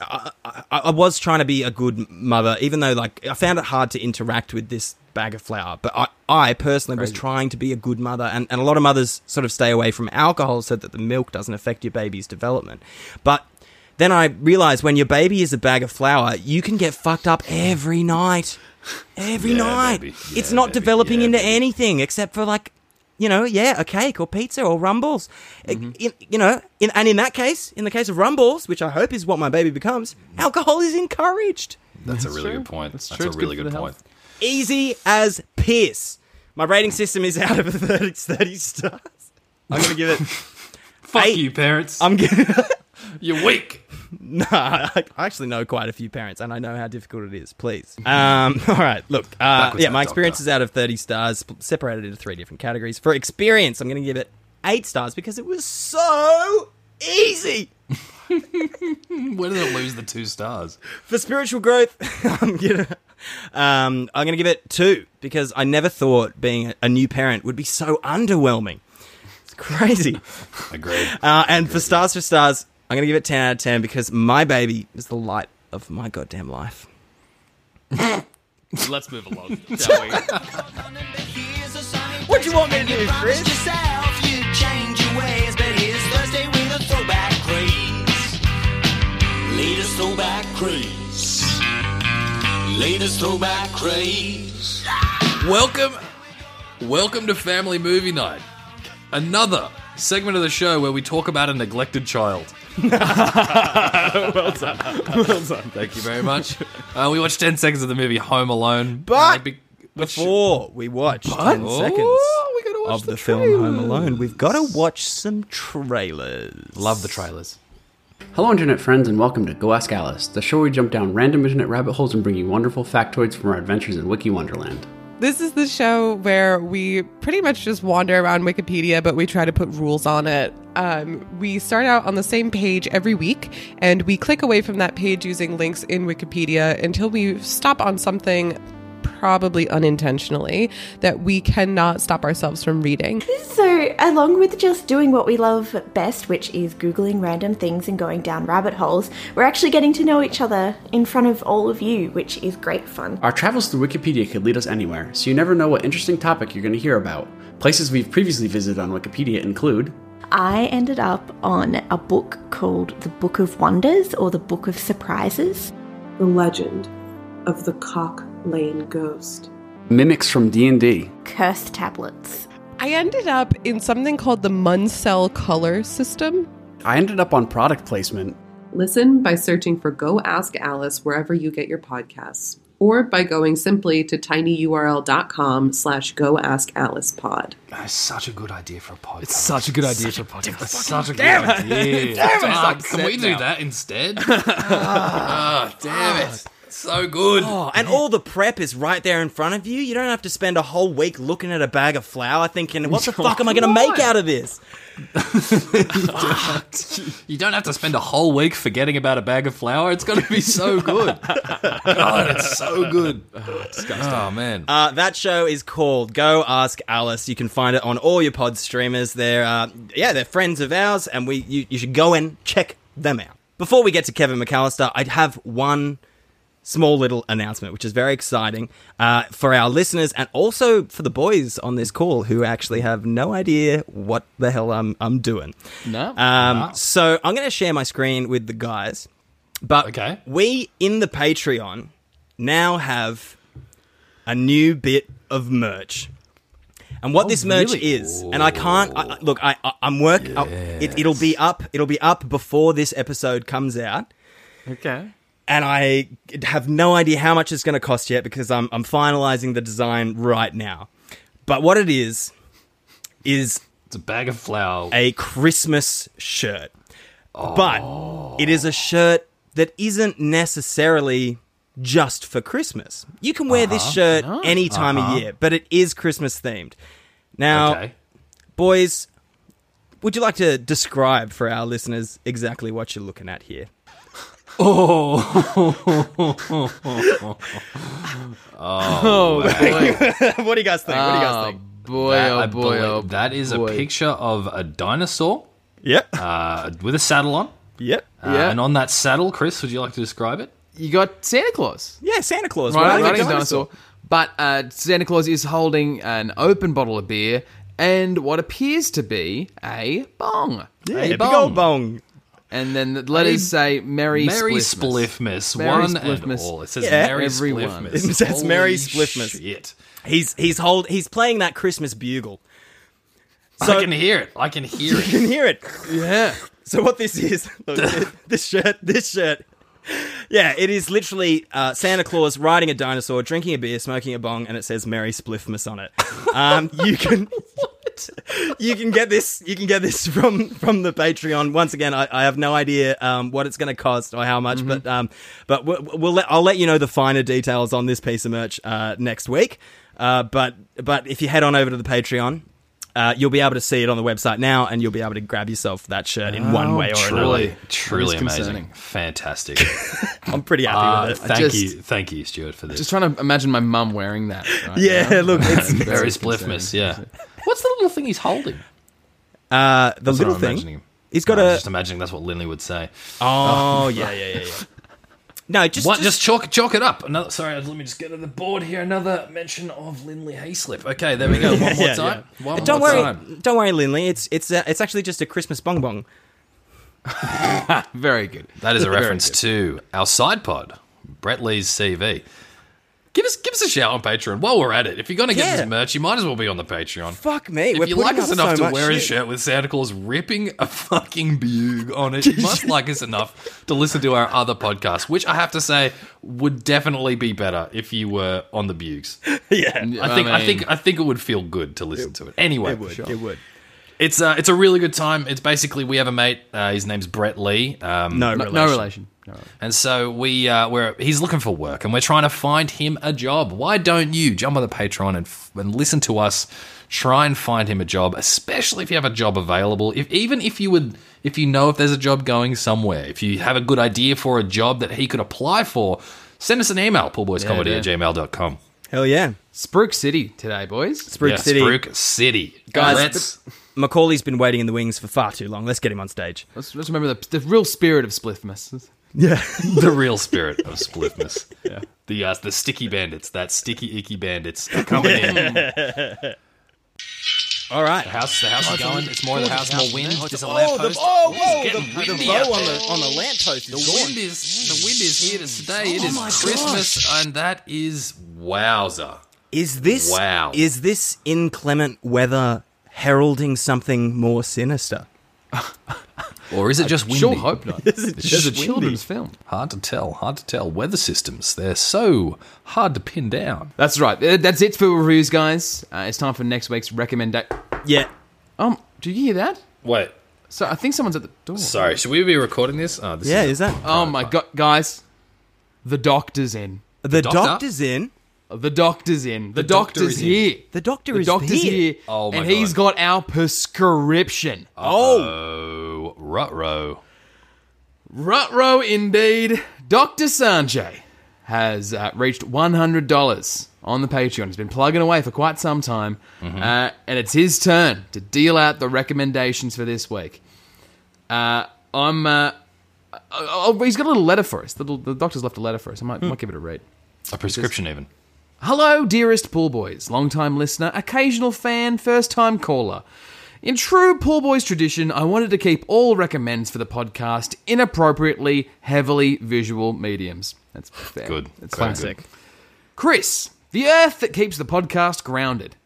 [SPEAKER 1] I, I, I was trying to be a good mother, even though like I found it hard to interact with this bag of flour. But I, I personally was trying to be a good mother, and, and a lot of mothers sort of stay away from alcohol so that the milk doesn't affect your baby's development. But Then I realized when your baby is a bag of flour, you can get fucked up every night. Every
[SPEAKER 3] Yeah,
[SPEAKER 1] night.
[SPEAKER 3] baby.
[SPEAKER 1] it's
[SPEAKER 3] Yeah,
[SPEAKER 1] not
[SPEAKER 3] baby.
[SPEAKER 1] developing
[SPEAKER 3] Yeah,
[SPEAKER 1] into
[SPEAKER 3] baby.
[SPEAKER 1] anything except for like you know, yeah, a cake or pizza or rumbles. I-
[SPEAKER 3] Mm-hmm.
[SPEAKER 1] in- you know, in, and in that case, in the case of rumbles, which I hope is what my baby becomes, alcohol is encouraged.
[SPEAKER 3] That's, a really good point.
[SPEAKER 2] That's
[SPEAKER 3] That's,
[SPEAKER 2] true.
[SPEAKER 3] a
[SPEAKER 2] It's good
[SPEAKER 3] really
[SPEAKER 2] for
[SPEAKER 3] good,
[SPEAKER 2] the
[SPEAKER 3] point.
[SPEAKER 2] health.
[SPEAKER 1] Easy as piss. My rating system is out of [LAUGHS] 30, 30 stars. I'm going to give it.
[SPEAKER 3] Fuck
[SPEAKER 1] Hey,
[SPEAKER 3] you, parents.
[SPEAKER 1] I'm going to.
[SPEAKER 3] You're weak.
[SPEAKER 1] Nah, I [LAUGHS] I actually know quite a few parents, and I know how difficult it is. Please. Um, [LAUGHS] all right, look. Uh,
[SPEAKER 3] Backwards
[SPEAKER 1] yeah,
[SPEAKER 3] hat,
[SPEAKER 1] my experience
[SPEAKER 3] doctor.
[SPEAKER 1] is out of 30 stars, spl- separated into three different categories. For experience, I'm going to give it eight stars because it was so easy.
[SPEAKER 3] [LAUGHS] Where did it lose the two stars?
[SPEAKER 1] For spiritual growth, [LAUGHS] I'm gonna. Um, I'm going to give it two because I never thought being a, a new parent would be so underwhelming. It's crazy.
[SPEAKER 3] [LAUGHS] Agreed.
[SPEAKER 1] Uh, and for Stars for Stars, I'm going to give it 10 out of 10 because my baby is the light of my goddamn life.
[SPEAKER 2] Let's move along, shall we?
[SPEAKER 1] What do you want me to do, Chris?
[SPEAKER 7] Latest throwback craze. Latest throwback craze.
[SPEAKER 3] Welcome, welcome to Family Movie Night. Another segment of the show where we talk about a neglected child. [LAUGHS] well done. Well done. Thank you very much. Uh, we watched 10 seconds of the movie Home Alone. Uh,
[SPEAKER 1] But
[SPEAKER 3] be- which-
[SPEAKER 1] Before we watch 10 seconds
[SPEAKER 3] Oh, we gotta watch
[SPEAKER 1] of the,
[SPEAKER 3] the
[SPEAKER 1] film Home Alone, we've got to watch some trailers.
[SPEAKER 3] Love the trailers.
[SPEAKER 9] Hello, Internet friends, and welcome to Go Ask Alice, the show where we jump down random internet rabbit holes and bring you wonderful factoids from our adventures in Wiki Wonderland.
[SPEAKER 10] This is the show where we pretty much just wander around Wikipedia, but we try to put rules on it. Um, we start out on the same page every week, and we click away from that page using links in Wikipedia until we stop on something, probably unintentionally, that we cannot stop ourselves from reading.
[SPEAKER 11] So, along with just doing what we love best, which is Googling random things and going down rabbit holes, we're actually getting to know each other in front of all of you, which is great fun.
[SPEAKER 9] Our travels through Wikipedia could lead us anywhere, so you never know what interesting topic you're going to hear about. Places we've previously visited on Wikipedia include
[SPEAKER 11] I ended up on a book called The Book of Wonders or The Book of Surprises.
[SPEAKER 10] The legend of the Cock Lane Ghost.
[SPEAKER 9] mimics from D&D.
[SPEAKER 11] Curse tablets.
[SPEAKER 10] I ended up in something called the Munsell Color System.
[SPEAKER 9] I ended up on product placement.
[SPEAKER 10] Listen by searching for Go Ask Alice wherever you get your podcasts, or by going simply to tinyurl.com slash go ask Alice pod.
[SPEAKER 3] That's such a good idea for a podcast.
[SPEAKER 2] It's such a good idea for a podcast.
[SPEAKER 3] That's such Oh, a good [LAUGHS] idea. Fuck,
[SPEAKER 2] upset
[SPEAKER 3] can we do
[SPEAKER 2] now.
[SPEAKER 3] that instead? Ah, damn it. So good. [LAUGHS]
[SPEAKER 1] Oh, and all the prep is right there in front of you. You don't have to spend a whole week looking at a bag of flour thinking,
[SPEAKER 3] [LAUGHS]
[SPEAKER 1] what the fuck am I going to make out of this?
[SPEAKER 3] You don't have to spend a whole week forgetting about a bag of flour. It's going to be so good. [LAUGHS] God, it's so good. Oh, man.
[SPEAKER 1] Uh, that show is called Go Ask Alice. You can find it on all your pod streamers. They're uh, yeah, they're friends of ours, and we you, you should go and check them out. Before we get to Kevin McAllister, I'd have one small little announcement, which is very exciting uh, for our listeners and also for the boys on this call who actually have no idea what the hell I'm I'm doing.
[SPEAKER 2] No.
[SPEAKER 3] Uh,
[SPEAKER 1] Um, So I'm going to share my screen with the guys, but
[SPEAKER 3] Okay.
[SPEAKER 1] we in the Patreon now have a new bit of merch. And what this merch
[SPEAKER 2] Oh, really?
[SPEAKER 1] is, and I can't I, I- look. I, I I'm work. I- it, it'll be up. It'll be up before this episode comes out,
[SPEAKER 2] okay.
[SPEAKER 1] and I have no idea how much it's going to cost yet because I'm I'm finalizing the design right now. But what it is is
[SPEAKER 3] It's a bag of flour.
[SPEAKER 1] a Christmas shirt. But it is a shirt that isn't necessarily just for Christmas. You can wear
[SPEAKER 2] Uh-huh.
[SPEAKER 1] this shirt any time of year, but it is Christmas themed. Now,
[SPEAKER 3] okay.
[SPEAKER 1] boys, would you like to describe for our listeners exactly what you're looking at here?
[SPEAKER 2] [LAUGHS]
[SPEAKER 1] Oh,
[SPEAKER 2] Oh,
[SPEAKER 1] [LAUGHS]
[SPEAKER 2] boy.
[SPEAKER 1] what do you guys think? What do you guys
[SPEAKER 2] oh,
[SPEAKER 1] think?
[SPEAKER 2] boy,
[SPEAKER 3] That- I
[SPEAKER 2] oh, boy,
[SPEAKER 3] believe-
[SPEAKER 2] oh,
[SPEAKER 3] that is
[SPEAKER 2] boy.
[SPEAKER 3] a picture of a dinosaur
[SPEAKER 1] Yep.
[SPEAKER 3] uh, with a saddle on.
[SPEAKER 1] yep.
[SPEAKER 3] Uh,
[SPEAKER 2] Yeah.
[SPEAKER 3] And on that saddle, Chris, would you like to describe it?
[SPEAKER 2] You got Santa Claus.
[SPEAKER 1] yeah, Santa Claus.
[SPEAKER 2] Right,
[SPEAKER 1] riding a
[SPEAKER 2] riding a
[SPEAKER 1] dinosaur.
[SPEAKER 2] dinosaur. But uh, Santa Claus is holding an open bottle of beer and what appears to be a bong.
[SPEAKER 1] Yeah,
[SPEAKER 2] a
[SPEAKER 1] big old bong.
[SPEAKER 2] And then the letters say Merry
[SPEAKER 3] Merry
[SPEAKER 2] Spliffmas.
[SPEAKER 3] Spliffmas, one and all. It says Merry Spliffmas.
[SPEAKER 1] It says Merry
[SPEAKER 3] Holy
[SPEAKER 1] Spliffmas.
[SPEAKER 3] shit.
[SPEAKER 1] He's he's hold he's playing that Christmas bugle.
[SPEAKER 3] I
[SPEAKER 1] [LAUGHS]
[SPEAKER 3] can hear it. I can hear it.
[SPEAKER 1] You can hear it.
[SPEAKER 2] Yeah.
[SPEAKER 1] [LAUGHS] So what this is? Look, this shirt. This shirt. Yeah, it is literally uh, Santa Claus riding a dinosaur, drinking a beer, smoking a bong, and it says "Merry Spliffmas" on it. Um, you can [LAUGHS] you can get this you can get this from from the Patreon. Once again, I, I have no idea um, what it's going to cost or how much, but um, but we'll, we'll let, I'll let you know the finer details on this piece of merch uh, next week. Uh, but but if you head on over to the Patreon. Uh, you'll be able to see it on the website now, and you'll be able to grab yourself that shirt in one
[SPEAKER 3] Oh,
[SPEAKER 1] way or
[SPEAKER 3] truly,
[SPEAKER 1] another.
[SPEAKER 3] truly
[SPEAKER 2] That is concerning.
[SPEAKER 3] amazing, fantastic.
[SPEAKER 1] I'm pretty happy
[SPEAKER 3] Ah,
[SPEAKER 1] with it.
[SPEAKER 3] Thank
[SPEAKER 2] Just-
[SPEAKER 3] you, thank you, Stuart, for this.
[SPEAKER 2] Just trying to imagine my mum wearing that.
[SPEAKER 1] [LAUGHS]
[SPEAKER 2] right
[SPEAKER 1] Yeah,
[SPEAKER 2] now.
[SPEAKER 3] [LAUGHS]
[SPEAKER 1] look, it's-
[SPEAKER 3] Merry
[SPEAKER 2] very
[SPEAKER 3] Spliffmas,
[SPEAKER 2] concerning.
[SPEAKER 3] yeah. What's the little thing he's holding?
[SPEAKER 1] Uh, the
[SPEAKER 3] That's what
[SPEAKER 1] little
[SPEAKER 3] I'm imagining.
[SPEAKER 1] thing. He's got
[SPEAKER 3] No, I'm
[SPEAKER 1] a.
[SPEAKER 3] just imagining that's what Lindley would say. [LAUGHS]
[SPEAKER 1] oh yeah, yeah, yeah, yeah. No, just
[SPEAKER 3] what? Just,
[SPEAKER 1] just,
[SPEAKER 3] chalk chalk it up. Another. Sorry, let me just get to the board here. Another mention of Lindley Hayslip. Okay, there we go. [LAUGHS] One more
[SPEAKER 1] Yeah,
[SPEAKER 3] time. One
[SPEAKER 1] don't
[SPEAKER 3] more
[SPEAKER 1] worry,
[SPEAKER 3] time.
[SPEAKER 1] don't worry, Linley. It's it's uh, it's actually just a Christmas bong bong.
[SPEAKER 2] Very good.
[SPEAKER 3] That is a
[SPEAKER 2] Very
[SPEAKER 3] reference to our side pod, Brett Lee's CV. Give us give us a shout on Patreon while we're at it. If you're going to get
[SPEAKER 1] Yeah.
[SPEAKER 3] this merch, you might as well be on the Patreon.
[SPEAKER 1] Fuck me.
[SPEAKER 3] If
[SPEAKER 1] we're
[SPEAKER 3] you
[SPEAKER 1] putting
[SPEAKER 3] like us
[SPEAKER 1] up
[SPEAKER 3] enough
[SPEAKER 1] so
[SPEAKER 3] to
[SPEAKER 1] much
[SPEAKER 3] wear a
[SPEAKER 1] shit.
[SPEAKER 3] shirt with Santa Claus ripping a fucking bug on it, you
[SPEAKER 1] [LAUGHS]
[SPEAKER 3] must like us enough to listen to our other podcast, which I have to say would definitely be better if you were on the bugs.
[SPEAKER 1] [LAUGHS] yeah,
[SPEAKER 3] I think I,
[SPEAKER 2] mean-
[SPEAKER 3] think I think it would feel good to listen to it. Anyway,
[SPEAKER 1] it would, it would.
[SPEAKER 3] it's uh, it's a really good time. It's basically we have a mate. Uh, his name's Brett Lee. Um,
[SPEAKER 1] No,
[SPEAKER 2] No
[SPEAKER 1] relation.
[SPEAKER 2] no relation. No relation.
[SPEAKER 3] and so we uh, we're he's looking for work, and we're trying to find him a job. Why don't you jump on the Patreon and f- and listen to us try and find him a job, especially if you have a job available. If even if you would if you know if there's a job going somewhere, if you have a good idea for a job that he could apply for, send us an email, poolboyscomedy
[SPEAKER 2] yeah.
[SPEAKER 3] at gmail.com.
[SPEAKER 1] Hell yeah,
[SPEAKER 2] Spruik City today, boys.
[SPEAKER 1] Spruik
[SPEAKER 3] Yeah,
[SPEAKER 1] City.
[SPEAKER 3] Spruik City.
[SPEAKER 1] Guys,
[SPEAKER 3] Let's-
[SPEAKER 1] Macaulay's been waiting in the wings for far too long. Let's get him on stage.
[SPEAKER 2] Let's, let's remember the, the real spirit of Spliffmas.
[SPEAKER 1] Yeah,
[SPEAKER 3] the real spirit of Spliffness. yeah. The uh, the sticky bandits, that sticky icky bandits are coming in.
[SPEAKER 1] all right.
[SPEAKER 3] The house, the house is going. It's more the house, more wind. There's a
[SPEAKER 1] Oh, the,
[SPEAKER 3] lamppost.
[SPEAKER 1] oh,
[SPEAKER 3] It's
[SPEAKER 1] whoa,
[SPEAKER 3] getting
[SPEAKER 1] the, the
[SPEAKER 3] windy
[SPEAKER 1] bow
[SPEAKER 3] out
[SPEAKER 1] on
[SPEAKER 3] there.
[SPEAKER 1] the on the lamppost is
[SPEAKER 3] The
[SPEAKER 1] gone. Oh
[SPEAKER 3] wind is the wind is here to stay. It is Christmas, and that is wowza.
[SPEAKER 1] Is this
[SPEAKER 3] Wow.
[SPEAKER 1] Is this inclement weather heralding something more sinister?
[SPEAKER 3] Or is it just windy?
[SPEAKER 2] Sure
[SPEAKER 1] [LAUGHS]
[SPEAKER 2] hope not. This
[SPEAKER 1] Is it
[SPEAKER 2] is a
[SPEAKER 1] just
[SPEAKER 2] children's film.
[SPEAKER 3] Hard to tell. Hard to tell. Weather systems. They're so hard to pin down.
[SPEAKER 2] That's right. Uh, That's it for reviews, guys. Uh, it's time for next week's recommendation.
[SPEAKER 1] windy? Yeah.
[SPEAKER 2] Um, do you hear that?
[SPEAKER 3] Wait.
[SPEAKER 2] So I think someone's at the door.
[SPEAKER 3] Sorry. Should we be recording this? Oh, this
[SPEAKER 1] Yeah,
[SPEAKER 3] is-
[SPEAKER 1] is that
[SPEAKER 2] Oh my
[SPEAKER 3] uh,
[SPEAKER 2] god, guys! The doctor's in.
[SPEAKER 1] the
[SPEAKER 3] doctor?
[SPEAKER 1] doctor's in?
[SPEAKER 2] The doctor's in. The,
[SPEAKER 3] doctor
[SPEAKER 2] doctor's
[SPEAKER 3] is in.
[SPEAKER 2] here.
[SPEAKER 1] The doctor
[SPEAKER 2] The
[SPEAKER 1] is
[SPEAKER 2] doctor's
[SPEAKER 1] here.
[SPEAKER 2] here.
[SPEAKER 3] Oh my
[SPEAKER 2] and he's got our prescription.
[SPEAKER 1] Oh,
[SPEAKER 3] Oh, rut row.
[SPEAKER 2] Rutro indeed. Dr. Sanjay has uh, reached $100 on the Patreon. He's been plugging away for quite some time. Uh, and it's his turn to deal out the recommendations for this week. Uh, I'm. Uh, oh, oh, he's got a little letter for us. The, the doctor's left a letter for us. I might, might give it a read.
[SPEAKER 3] A prescription, even.
[SPEAKER 2] Hello, dearest Pool Boys, long-time listener, occasional fan, first-time caller. In true Pool Boys tradition, I wanted to keep all recommends for the podcast inappropriately heavily visual mediums. That's fair.
[SPEAKER 3] Good.
[SPEAKER 2] That's
[SPEAKER 3] Very
[SPEAKER 2] fine.
[SPEAKER 3] good.
[SPEAKER 2] Chris, the earth that keeps the podcast grounded.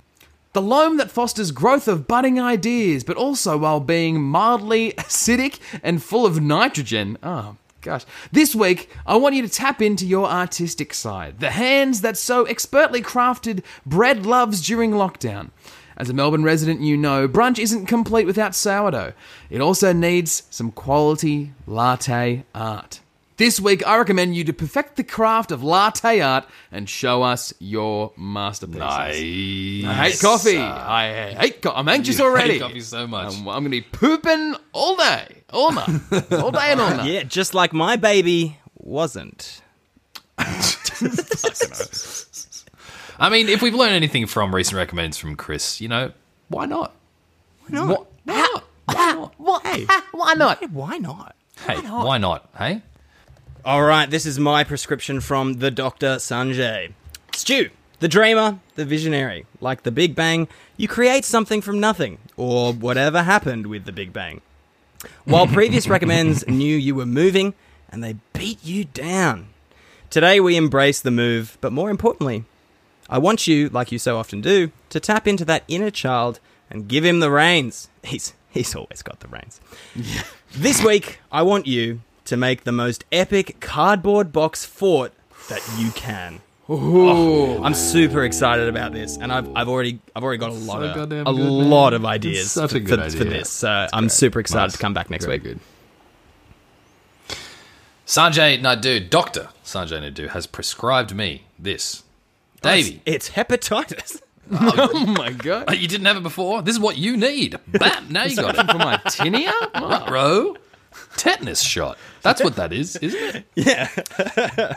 [SPEAKER 2] The loam that fosters growth of budding ideas, but also while being mildly [LAUGHS] acidic and full of nitrogen. Oh, gosh. This week, I want you to tap into your artistic side, the hands that so expertly crafted bread loves during lockdown. As a Melbourne resident, you know brunch isn't complete without sourdough. It also needs some quality latte art. This week, I recommend you to perfect the craft of latte art and show us your masterpieces.
[SPEAKER 3] Nice. Uh,
[SPEAKER 2] I hate coffee. I hate. Co- I'm anxious already.
[SPEAKER 3] hate coffee so much.
[SPEAKER 2] I'm, I'm going to be pooping all day, all night, all day and all night.
[SPEAKER 1] yeah, just like my baby wasn't.
[SPEAKER 3] I mean, if we've learned anything from recent recommends from Chris, you know, why not?
[SPEAKER 2] What? How? Why not? Ha, Why not?
[SPEAKER 1] Why not?
[SPEAKER 3] Hey, why not? Hey,
[SPEAKER 1] All right, this is my prescription from the Dr. Sanjay. Stu, the dreamer, the visionary. Like the Big Bang, you create something from nothing, or whatever happened with the Big Bang. While previous recommends knew you were moving and they beat you down, today we embrace the move, but more importantly, I want you, like you so often do, to tap into that inner child and give him the reins. [LAUGHS] He's he's always got the reins. this week, I want you to make the most epic cardboard box fort that you can. Oh, I'm super excited about this, and I've, I've already I've already got a lot
[SPEAKER 3] so
[SPEAKER 1] of
[SPEAKER 3] goddamn
[SPEAKER 1] a
[SPEAKER 3] good, man.
[SPEAKER 1] lot of ideas
[SPEAKER 3] It's such a
[SPEAKER 1] for-
[SPEAKER 3] good
[SPEAKER 1] for,
[SPEAKER 3] idea.
[SPEAKER 1] for this. So I'm super excited to come back next week.
[SPEAKER 3] Sanjay Naidu, Doctor Sanjay Naidu, has prescribed me this. Davey.
[SPEAKER 1] It's, hepatitis.
[SPEAKER 3] Oh,
[SPEAKER 2] my god!
[SPEAKER 3] you didn't have it before. This is what you need. Bam! Now you
[SPEAKER 2] [LAUGHS]
[SPEAKER 3] got it
[SPEAKER 2] for my tinea, Wow.
[SPEAKER 3] bro. Tetanus shot. That's what that is, isn't
[SPEAKER 2] [LAUGHS]
[SPEAKER 3] it?
[SPEAKER 1] Yeah.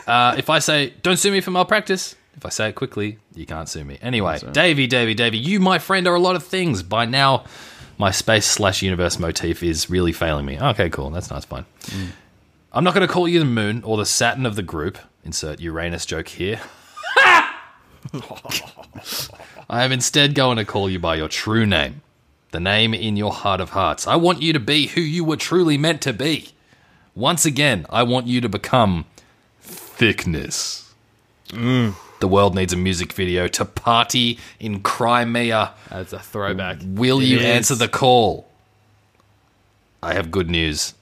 [SPEAKER 3] uh, if I say "Don't sue me for malpractice," if I say it quickly, you can't sue me. Anyway, Davy, Davy, Davy, you, my friend, are a lot of things. By now, my space slash universe motif is really failing me. Okay, cool. That's nice. Fine. I'm not going to call you the moon or the Saturn of the group. Insert Uranus joke here. [LAUGHS] I am instead going to call you by your true name, the name in your heart of hearts. I want you to be who you were truly meant to be. Once again, I want you to become thickness.
[SPEAKER 2] Mm.
[SPEAKER 3] The world needs a music video to party in Crimea.
[SPEAKER 2] That's a throwback.
[SPEAKER 3] Will
[SPEAKER 2] It
[SPEAKER 3] you
[SPEAKER 2] is.
[SPEAKER 3] answer the call? I have good news.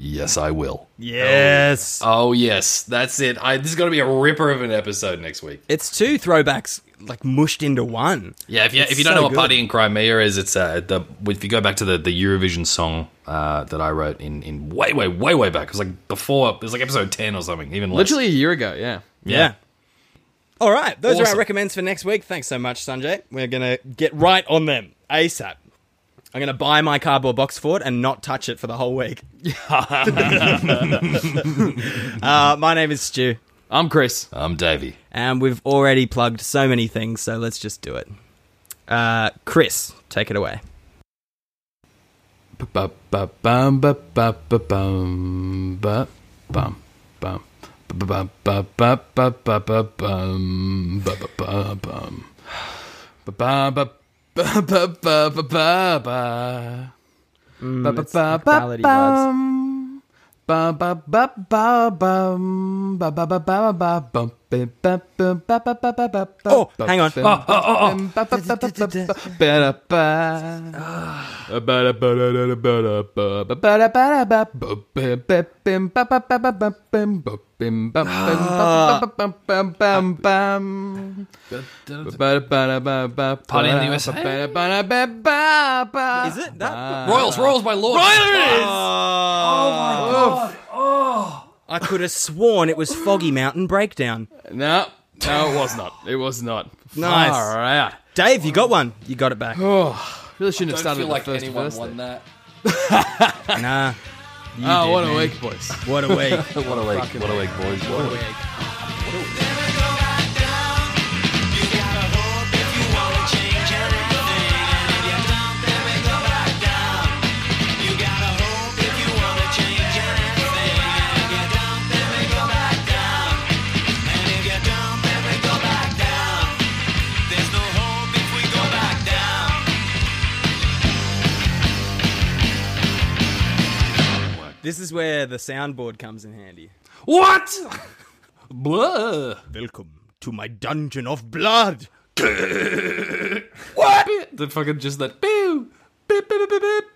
[SPEAKER 3] Yes, I will.
[SPEAKER 1] Yes.
[SPEAKER 3] Oh yes, that's it. I, this is going to be a ripper of an episode next week.
[SPEAKER 1] It's two throwbacks like mushed into one.
[SPEAKER 3] Yeah, if you,
[SPEAKER 1] It's
[SPEAKER 3] if you don't
[SPEAKER 1] so
[SPEAKER 3] know what
[SPEAKER 1] good.
[SPEAKER 3] Party in Crimea is, it's uh, the if you go back to the, the Eurovision song uh, that I wrote in, in way way way way back. It was like before it was like episode ten or something. Even less.
[SPEAKER 2] Literally a year ago. Yeah.
[SPEAKER 1] Yeah. All right, those are our
[SPEAKER 3] Awesome.
[SPEAKER 1] recommends for next week. Thanks so much, Sanjay. We're gonna get right on them ASAP. I'm gonna buy my cardboard box for it and not touch it for the whole
[SPEAKER 3] [LAUGHS]
[SPEAKER 1] week. [LAUGHS] uh, my name is Stu,
[SPEAKER 2] I'm Chris.
[SPEAKER 3] I'm Davey.
[SPEAKER 1] and we've already plugged so many things, so let's just do it. Uh, Chris, take it away.
[SPEAKER 2] Bum bum bum bum bum bum bum bum bum bum bum bum bum bum bum bum bum bum bum
[SPEAKER 1] Mm, it's quality vibes.
[SPEAKER 2] Oh,
[SPEAKER 1] hang on.
[SPEAKER 2] Oh, oh,
[SPEAKER 3] Party in the USA?
[SPEAKER 1] Is it that?
[SPEAKER 3] Royals, Royals by Lord.
[SPEAKER 1] I could have sworn it was Foggy Mountain Breakdown.
[SPEAKER 2] No, no, it was not. It was not.
[SPEAKER 1] Nice.
[SPEAKER 2] All right.
[SPEAKER 1] Dave, you got one. You got it back.
[SPEAKER 2] Oh, really shouldn't have
[SPEAKER 3] Don't
[SPEAKER 2] started
[SPEAKER 3] feel
[SPEAKER 2] with
[SPEAKER 3] like
[SPEAKER 2] the first
[SPEAKER 3] anyone
[SPEAKER 2] verse
[SPEAKER 3] won
[SPEAKER 2] there.
[SPEAKER 3] that.
[SPEAKER 1] Nah. You
[SPEAKER 2] Oh,
[SPEAKER 1] did,
[SPEAKER 2] what
[SPEAKER 1] man.
[SPEAKER 2] a week, boys.
[SPEAKER 1] What a week.
[SPEAKER 3] What a week! What a week, boys! What a week!
[SPEAKER 1] This is where the soundboard comes in handy.
[SPEAKER 3] What? [LAUGHS] Blah.
[SPEAKER 1] Welcome to my dungeon of blood.
[SPEAKER 3] What? The fucking just that. Pew. Beep, beep, beep, beep, beep.